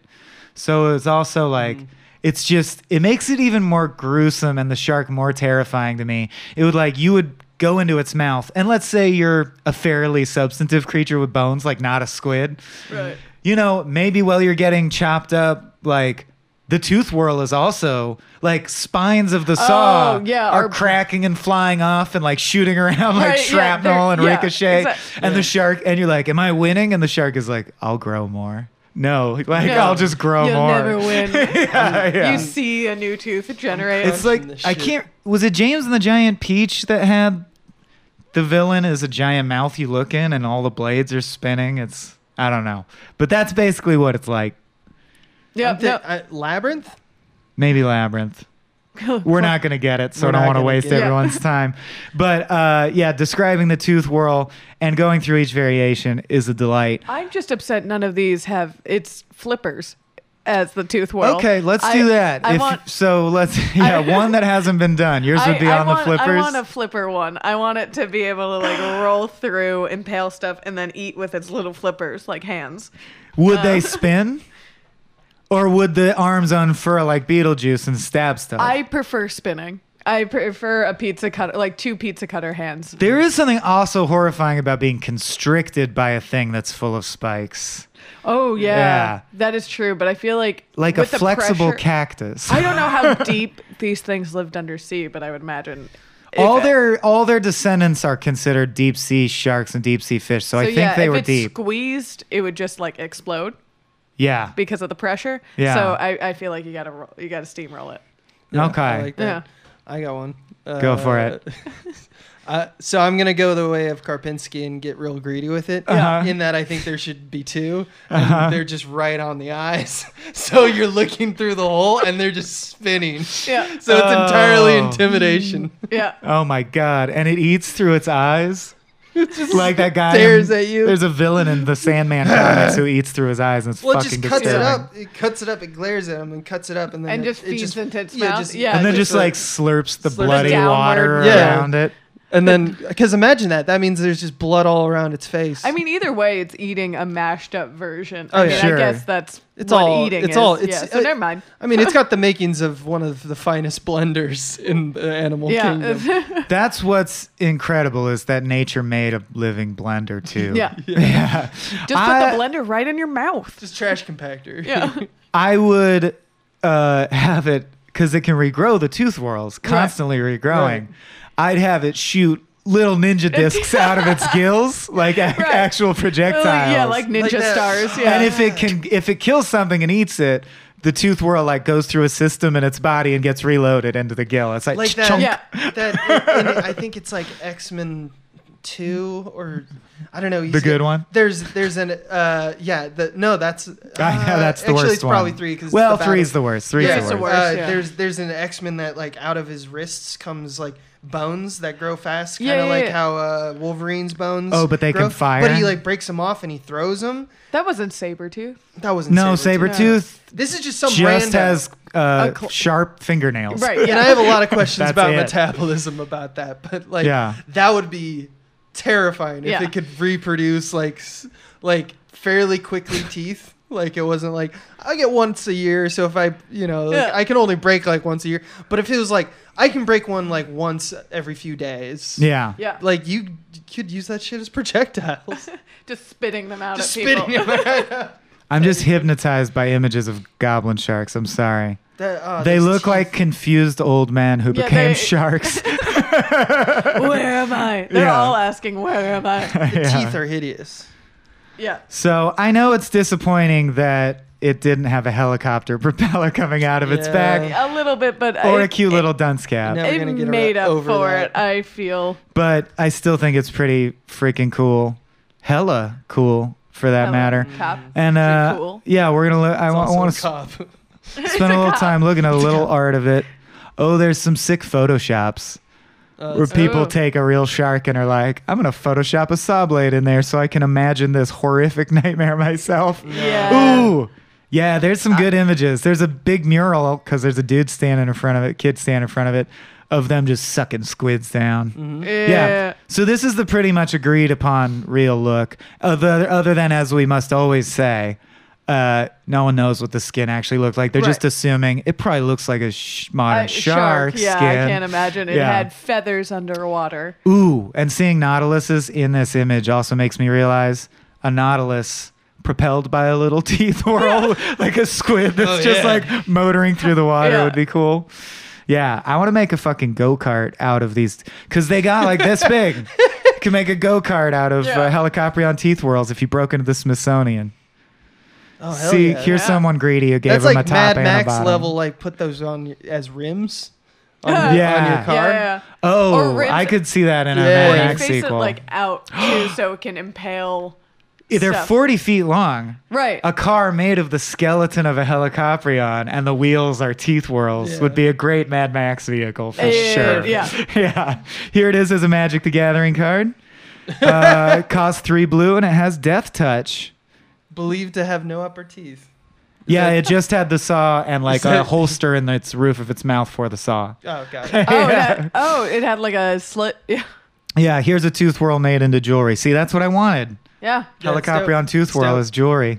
[SPEAKER 1] So it was also
[SPEAKER 3] Mm.
[SPEAKER 1] like. It's just it makes it even more gruesome and the shark more terrifying to me. It would like you would go into its mouth and let's say you're a fairly substantive creature with bones like not a squid
[SPEAKER 2] Right.
[SPEAKER 1] you know, maybe while you're getting chopped up, like the tooth whirl is also like spines of the saw
[SPEAKER 2] Oh, yeah,
[SPEAKER 1] are
[SPEAKER 2] or-
[SPEAKER 1] cracking and flying off and like shooting around like
[SPEAKER 2] Right, yeah,
[SPEAKER 1] shrapnel
[SPEAKER 2] they're-
[SPEAKER 1] and
[SPEAKER 2] yeah,
[SPEAKER 1] ricochet.
[SPEAKER 2] exact-
[SPEAKER 1] and the shark, and you're like, Am I winning? And the shark is like, I'll grow more. No, like
[SPEAKER 2] No.
[SPEAKER 1] I'll just grow
[SPEAKER 2] You'll
[SPEAKER 1] more.
[SPEAKER 2] never win.
[SPEAKER 1] yeah, yeah.
[SPEAKER 2] You see a new tooth generate.
[SPEAKER 1] it's
[SPEAKER 3] the
[SPEAKER 1] like I
[SPEAKER 3] shit.
[SPEAKER 1] can't. Was it James and the Giant Peach that had the villain is a giant mouth you look in and all the blades are spinning? It's I don't know, but that's basically what it's like.
[SPEAKER 2] yeah,
[SPEAKER 3] I'm thi-
[SPEAKER 2] no,
[SPEAKER 3] I- labyrinth.
[SPEAKER 1] Maybe Labyrinth. We're not going to get it, so
[SPEAKER 3] We're
[SPEAKER 1] I don't
[SPEAKER 3] not
[SPEAKER 1] want to
[SPEAKER 3] gonna
[SPEAKER 1] waste
[SPEAKER 3] get
[SPEAKER 2] it.
[SPEAKER 1] everyone's time. But uh, yeah, describing the tooth whirl and going through each variation is a delight.
[SPEAKER 2] I'm just upset none of these have its flippers as the tooth whirl.
[SPEAKER 1] okay, let's
[SPEAKER 2] I-
[SPEAKER 1] do that.
[SPEAKER 2] I
[SPEAKER 1] If-
[SPEAKER 2] want.
[SPEAKER 1] so let's, yeah, one that hasn't been done. Yours
[SPEAKER 2] I,
[SPEAKER 1] would be
[SPEAKER 2] I
[SPEAKER 1] on
[SPEAKER 2] want,
[SPEAKER 1] the
[SPEAKER 2] I
[SPEAKER 1] flippers.
[SPEAKER 2] want a flipper one. I want it to be able to like roll through, impale stuff, and then eat with its little flippers like hands.
[SPEAKER 1] would they spin? Or would the arms unfurl like Beetlejuice and stab stuff?
[SPEAKER 2] I prefer spinning. I prefer a pizza cutter, like two pizza cutter hands.
[SPEAKER 1] there is something also horrifying about being constricted by a thing that's full of spikes,
[SPEAKER 2] Oh yeah,
[SPEAKER 1] Yeah.
[SPEAKER 2] that is true. But I feel like
[SPEAKER 1] like
[SPEAKER 2] with
[SPEAKER 1] a
[SPEAKER 2] the
[SPEAKER 1] flexible
[SPEAKER 2] pressure-
[SPEAKER 1] cactus.
[SPEAKER 2] I don't know how deep these things lived under sea, but I would imagine if-
[SPEAKER 1] all their all their descendants are considered deep sea sharks and deep sea fish. So, I
[SPEAKER 2] So
[SPEAKER 1] think
[SPEAKER 2] yeah,
[SPEAKER 1] they
[SPEAKER 2] if
[SPEAKER 1] were
[SPEAKER 2] it's
[SPEAKER 1] deep.
[SPEAKER 2] squeezed, it would just like explode
[SPEAKER 1] yeah.
[SPEAKER 2] because of the pressure.
[SPEAKER 1] Yeah.
[SPEAKER 2] So I, I feel like you gotta roll, you gotta steamroll it.
[SPEAKER 1] okay.
[SPEAKER 3] I like that.
[SPEAKER 2] Yeah.
[SPEAKER 3] I got one.
[SPEAKER 1] Go for it.
[SPEAKER 3] Uh, so I'm gonna go the way of Karpinski and get real greedy with it.
[SPEAKER 1] Uh-huh.
[SPEAKER 3] In that I think there should be two, and they're just right on the eyes. so you're looking through the hole, and they're just spinning.
[SPEAKER 2] Yeah.
[SPEAKER 3] So it's entirely
[SPEAKER 1] Oh.
[SPEAKER 3] intimidation.
[SPEAKER 2] Yeah.
[SPEAKER 1] oh my god! And it eats through its eyes. like that guy
[SPEAKER 3] stares at you.
[SPEAKER 1] There's a villain in the Sandman comics who eats through his eyes and it's
[SPEAKER 3] Well, it
[SPEAKER 1] fucking
[SPEAKER 3] just cuts it
[SPEAKER 1] disturbing.
[SPEAKER 3] up. It cuts it up. It glares at him and cuts it up, and then
[SPEAKER 2] And
[SPEAKER 3] it,
[SPEAKER 2] just
[SPEAKER 3] it
[SPEAKER 2] feeds into its mouth?
[SPEAKER 3] just-
[SPEAKER 2] Yeah.
[SPEAKER 1] And then
[SPEAKER 2] It's
[SPEAKER 1] just like slurps the
[SPEAKER 3] slurps
[SPEAKER 1] bloody
[SPEAKER 2] downward.
[SPEAKER 1] water
[SPEAKER 3] Yeah.
[SPEAKER 1] around it.
[SPEAKER 3] And then, because imagine that. That means there's just blood all around its face.
[SPEAKER 2] I mean, either way, it's eating a mashed up version.
[SPEAKER 3] Oh,
[SPEAKER 2] I
[SPEAKER 3] yeah.
[SPEAKER 2] mean,
[SPEAKER 1] Sure.
[SPEAKER 2] I guess that's
[SPEAKER 3] It's
[SPEAKER 2] what
[SPEAKER 3] all-
[SPEAKER 2] eating
[SPEAKER 3] it's
[SPEAKER 2] is.
[SPEAKER 3] all- it's-
[SPEAKER 2] yeah, so
[SPEAKER 3] uh,
[SPEAKER 2] never mind.
[SPEAKER 3] I mean, it's got the makings of one of the finest blenders in the animal kingdom.
[SPEAKER 2] Yeah.
[SPEAKER 1] That's what's incredible is that nature made a living blender too.
[SPEAKER 2] Yeah.
[SPEAKER 1] yeah.
[SPEAKER 2] Just put
[SPEAKER 1] I-
[SPEAKER 2] the blender right in your mouth.
[SPEAKER 3] Just trash compactor.
[SPEAKER 2] Yeah.
[SPEAKER 1] I would uh, have it because it can regrow the tooth whorls, constantly regrowing.
[SPEAKER 3] Right.
[SPEAKER 1] I'd have it shoot little ninja discs out of its gills, like a- actual projectiles.
[SPEAKER 2] yeah, like
[SPEAKER 3] Like
[SPEAKER 2] ninja
[SPEAKER 3] that.
[SPEAKER 2] stars. Yeah.
[SPEAKER 1] And if it can, if it kills something and eats it, the tooth whorl like goes through a system in its body and gets reloaded into the gill. It's like,
[SPEAKER 3] like that.
[SPEAKER 1] chunk.
[SPEAKER 2] Yeah.
[SPEAKER 3] that in- in- I think it's like X Men Two or I don't know. you
[SPEAKER 1] The
[SPEAKER 3] see-
[SPEAKER 1] good one?
[SPEAKER 3] There's there's an uh yeah the no that's uh,
[SPEAKER 1] yeah, that's the
[SPEAKER 3] actually
[SPEAKER 1] worst
[SPEAKER 3] it's
[SPEAKER 1] one.
[SPEAKER 3] probably three because
[SPEAKER 1] well,
[SPEAKER 3] the
[SPEAKER 1] three is
[SPEAKER 3] battle-
[SPEAKER 1] the worst. Three
[SPEAKER 2] Yeah,
[SPEAKER 1] is
[SPEAKER 2] it's
[SPEAKER 1] the
[SPEAKER 2] the
[SPEAKER 1] worst.
[SPEAKER 2] worst.
[SPEAKER 3] Uh,
[SPEAKER 2] yeah.
[SPEAKER 3] There's there's an X Men that like out of his wrists comes like bones that grow fast, kind
[SPEAKER 2] Yeah,
[SPEAKER 3] of
[SPEAKER 2] yeah,
[SPEAKER 3] like
[SPEAKER 2] yeah.
[SPEAKER 3] how uh, Wolverine's bones.
[SPEAKER 1] Oh, but they
[SPEAKER 3] grow,
[SPEAKER 1] can fire?
[SPEAKER 3] But he like breaks them off and he throws them.
[SPEAKER 2] that wasn't Sabretooth.
[SPEAKER 3] That wasn't
[SPEAKER 1] No,
[SPEAKER 3] Sabretooth.
[SPEAKER 1] Sabretooth
[SPEAKER 3] This is just some
[SPEAKER 1] just
[SPEAKER 3] random.
[SPEAKER 1] has uh,
[SPEAKER 2] A cl-
[SPEAKER 1] sharp fingernails.
[SPEAKER 2] Right.
[SPEAKER 3] and I have a lot of questions
[SPEAKER 1] That's
[SPEAKER 3] about
[SPEAKER 1] it.
[SPEAKER 3] metabolism about that, but like
[SPEAKER 1] Yeah.
[SPEAKER 3] that would be terrifying if
[SPEAKER 2] Yeah.
[SPEAKER 3] it could reproduce like s- like fairly quickly teeth. Like it wasn't like I get once a year, so if I you know like,
[SPEAKER 2] Yeah.
[SPEAKER 3] I can only break like once a year. But if it was like I can break one like once every few days,
[SPEAKER 1] Yeah.
[SPEAKER 2] Yeah.
[SPEAKER 3] like you could use that shit as projectiles,
[SPEAKER 2] Just spitting them out
[SPEAKER 3] just
[SPEAKER 2] at people.
[SPEAKER 3] spitting. them out.
[SPEAKER 1] I'm just hypnotized by images of goblin sharks. I'm sorry.
[SPEAKER 3] That- oh,
[SPEAKER 1] They
[SPEAKER 3] those
[SPEAKER 1] look
[SPEAKER 3] teeth.
[SPEAKER 1] like confused old men who
[SPEAKER 2] Yeah,
[SPEAKER 1] became
[SPEAKER 2] they-
[SPEAKER 1] sharks.
[SPEAKER 2] where am I? They're
[SPEAKER 1] Yeah.
[SPEAKER 2] all asking, where am I?
[SPEAKER 3] the
[SPEAKER 1] Yeah.
[SPEAKER 3] teeth are hideous.
[SPEAKER 2] Yeah.
[SPEAKER 1] So I know it's disappointing that it didn't have a helicopter propeller coming out of its
[SPEAKER 3] Yeah.
[SPEAKER 1] back
[SPEAKER 2] A little bit, but
[SPEAKER 1] or
[SPEAKER 2] I,
[SPEAKER 1] a cute little dunce cap,
[SPEAKER 3] No. Never
[SPEAKER 2] it
[SPEAKER 3] gonna get
[SPEAKER 2] made
[SPEAKER 3] ar-
[SPEAKER 2] up
[SPEAKER 3] over
[SPEAKER 2] for
[SPEAKER 3] that.
[SPEAKER 2] it. I feel.
[SPEAKER 1] but I still think it's pretty freaking cool. Hella cool for that
[SPEAKER 2] Hella
[SPEAKER 1] matter.
[SPEAKER 2] Cop.
[SPEAKER 1] And uh,
[SPEAKER 2] Pretty cool.
[SPEAKER 1] yeah, we're gonna. Look, I,
[SPEAKER 3] It's
[SPEAKER 1] wa- I
[SPEAKER 3] also
[SPEAKER 1] want
[SPEAKER 3] a
[SPEAKER 1] to
[SPEAKER 3] cop.
[SPEAKER 1] spend a little time looking at a little
[SPEAKER 3] cop.
[SPEAKER 1] art of it. Oh, there's some sick photoshops.
[SPEAKER 3] Uh,
[SPEAKER 1] where
[SPEAKER 3] it's-
[SPEAKER 1] people
[SPEAKER 2] Ooh.
[SPEAKER 1] take a real shark and are like, I'm gonna Photoshop a saw blade in there so I can imagine this horrific nightmare myself.
[SPEAKER 2] Yeah.
[SPEAKER 1] Ooh, yeah. There's some good images. There's a big mural because there's a dude standing in front of it, kid standing in front of it, of them just sucking squids down.
[SPEAKER 2] Mm-hmm. Yeah.
[SPEAKER 1] Yeah. So this is the pretty much agreed upon real look. Other other than as we must always say, uh, no one knows what the skin actually looked like. They're just
[SPEAKER 2] Right.
[SPEAKER 1] assuming it probably looks like a sh- modern
[SPEAKER 2] I-
[SPEAKER 1] shark,
[SPEAKER 2] Uh, Yeah,
[SPEAKER 1] skin.
[SPEAKER 2] I can't imagine. It
[SPEAKER 1] Yeah.
[SPEAKER 2] had feathers underwater.
[SPEAKER 1] Ooh, and seeing nautiluses in this image also makes me realize a nautilus propelled by a little teeth whirl, like a squid that's
[SPEAKER 3] Oh,
[SPEAKER 1] just
[SPEAKER 3] yeah.
[SPEAKER 1] like motoring through the water
[SPEAKER 2] Yeah.
[SPEAKER 1] would be cool. Yeah, I want to make a fucking go kart out of these because they got like this big. Can make a go kart out of
[SPEAKER 2] Yeah.
[SPEAKER 1] uh, helicoprion teeth whirls if you broke into the Smithsonian.
[SPEAKER 3] Oh, hell
[SPEAKER 1] See,
[SPEAKER 3] yeah.
[SPEAKER 1] here's
[SPEAKER 2] Yeah.
[SPEAKER 1] someone greedy who gave
[SPEAKER 3] That's
[SPEAKER 1] him
[SPEAKER 3] like
[SPEAKER 1] a top
[SPEAKER 3] Mad
[SPEAKER 1] and
[SPEAKER 3] Max
[SPEAKER 1] a bottom.
[SPEAKER 3] level. Like put those on y- as rims on,
[SPEAKER 2] Yeah.
[SPEAKER 3] on
[SPEAKER 1] Yeah.
[SPEAKER 3] your car.
[SPEAKER 2] Yeah, yeah, Or
[SPEAKER 1] Oh,
[SPEAKER 2] ribs-
[SPEAKER 1] I could see that in a
[SPEAKER 3] Yeah.
[SPEAKER 2] yeah.
[SPEAKER 1] Mad
[SPEAKER 2] Or you
[SPEAKER 1] Max
[SPEAKER 2] face
[SPEAKER 1] sequel.
[SPEAKER 2] it like out too, so it can impale. Oh,
[SPEAKER 1] They're
[SPEAKER 2] stuff.
[SPEAKER 1] 40 feet long.
[SPEAKER 2] Right.
[SPEAKER 1] a car made of the skeleton of a helicoprion and the wheels are teeth whirls
[SPEAKER 3] Yeah.
[SPEAKER 1] would be a great Mad Max vehicle for
[SPEAKER 2] Yeah,
[SPEAKER 1] sure.
[SPEAKER 2] yeah.
[SPEAKER 1] Yeah. Here it is as a Magic the Gathering card. Uh, it costs three blue and it has Death Touch.
[SPEAKER 3] Believed to have no upper teeth.
[SPEAKER 1] Yeah, it just had the saw and like
[SPEAKER 3] Is
[SPEAKER 1] a
[SPEAKER 3] that-
[SPEAKER 1] holster in its roof of its mouth for the saw.
[SPEAKER 3] Oh god.
[SPEAKER 2] oh, it had, oh, it had like a slit. Yeah.
[SPEAKER 1] Yeah, here's a tooth whirl made into jewelry. See, that's what I wanted.
[SPEAKER 2] Yeah.
[SPEAKER 3] Yeah, it's dope.
[SPEAKER 1] Helicoprion tooth
[SPEAKER 3] It's
[SPEAKER 1] whirl
[SPEAKER 3] dope.
[SPEAKER 1] is jewelry.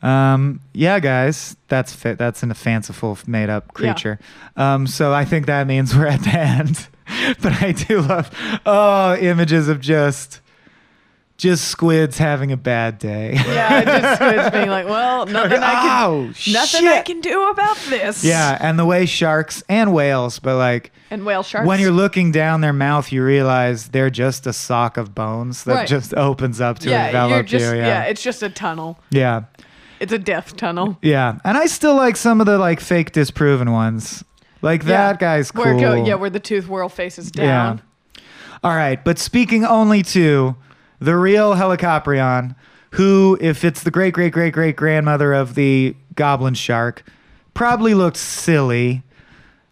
[SPEAKER 1] Um, yeah, guys, that's fa- that's in a fanciful made up creature. Um, so I think that means we're at the end. but I do love oh images of just just squids having a bad day.
[SPEAKER 2] Yeah. It just it's being like, well, nothing I can,
[SPEAKER 1] oh
[SPEAKER 2] nothing
[SPEAKER 1] shit!
[SPEAKER 2] I can do about this.
[SPEAKER 1] yeah, and the way sharks and whales, but like
[SPEAKER 2] And whale sharks.
[SPEAKER 1] when you're looking down their mouth, you realize they're just a sock of bones that
[SPEAKER 2] Right.
[SPEAKER 1] just opens up to
[SPEAKER 2] yeah,
[SPEAKER 1] envelop
[SPEAKER 2] you're just
[SPEAKER 1] you.
[SPEAKER 2] yeah, it's just a tunnel.
[SPEAKER 1] yeah.
[SPEAKER 2] It's a death tunnel.
[SPEAKER 1] Yeah, and I still like some of the like fake disproven ones. Like
[SPEAKER 2] Yeah.
[SPEAKER 1] that guy's cool.
[SPEAKER 2] Where it go, yeah, where the tooth whirl faces down.
[SPEAKER 1] All right, but speaking only to the real Helicoprion, who, if it's the great great great great grandmother of the goblin shark, probably looked silly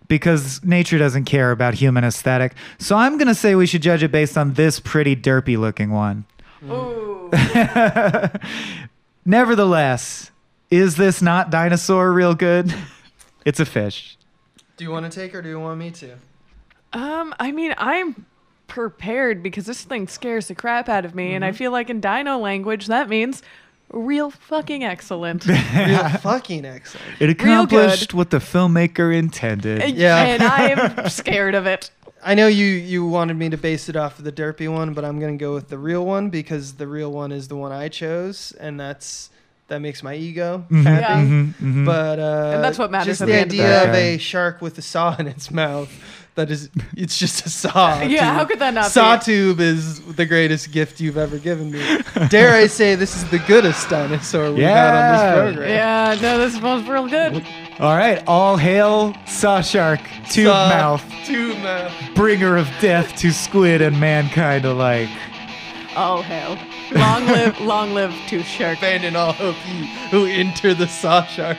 [SPEAKER 1] because nature doesn't care about human aesthetic. So I'm gonna say we should judge it based on this pretty derpy looking one.
[SPEAKER 2] Ooh.
[SPEAKER 1] Nevertheless, is this not dinosaur real good? it's a fish.
[SPEAKER 3] do you want to take or do you want me to?
[SPEAKER 2] um, I mean, I'm prepared because this thing scares the crap out of me. And I
[SPEAKER 1] Mm-hmm.
[SPEAKER 2] feel like in dino language, that means real fucking excellent.
[SPEAKER 3] Real fucking excellent.
[SPEAKER 1] It
[SPEAKER 2] Real good.
[SPEAKER 1] accomplished what the filmmaker intended.
[SPEAKER 3] Yeah.
[SPEAKER 2] And I am scared of it.
[SPEAKER 3] I know you you wanted me to base it off of the derpy one, but I'm gonna go with the real one because the real one is the one I chose, and that's that makes my ego happy.
[SPEAKER 2] Yeah.
[SPEAKER 1] Mhm, mhm.
[SPEAKER 3] But uh,
[SPEAKER 2] And that's what matters
[SPEAKER 3] Just
[SPEAKER 2] at
[SPEAKER 3] the
[SPEAKER 2] the end of
[SPEAKER 1] the
[SPEAKER 3] idea
[SPEAKER 1] day.
[SPEAKER 3] of a shark with a saw in its mouth. That is, it's just a saw.
[SPEAKER 2] Yeah, how
[SPEAKER 3] tube.
[SPEAKER 2] could that not
[SPEAKER 3] Saw
[SPEAKER 2] be?
[SPEAKER 3] tube is the greatest gift you've ever given me. Dare I say this is the goodest dinosaur we've
[SPEAKER 1] Yeah.
[SPEAKER 3] had on this program?
[SPEAKER 2] Yeah, no, this one's real good.
[SPEAKER 1] All right, all hail Saw Shark, Tube
[SPEAKER 3] Saw-
[SPEAKER 1] Mouth,
[SPEAKER 3] Tube mouth.
[SPEAKER 1] bringer of death to squid and mankind alike.
[SPEAKER 2] Oh hell. Long live long live to shark.
[SPEAKER 3] Abandon all hope, you who enter the saw shark.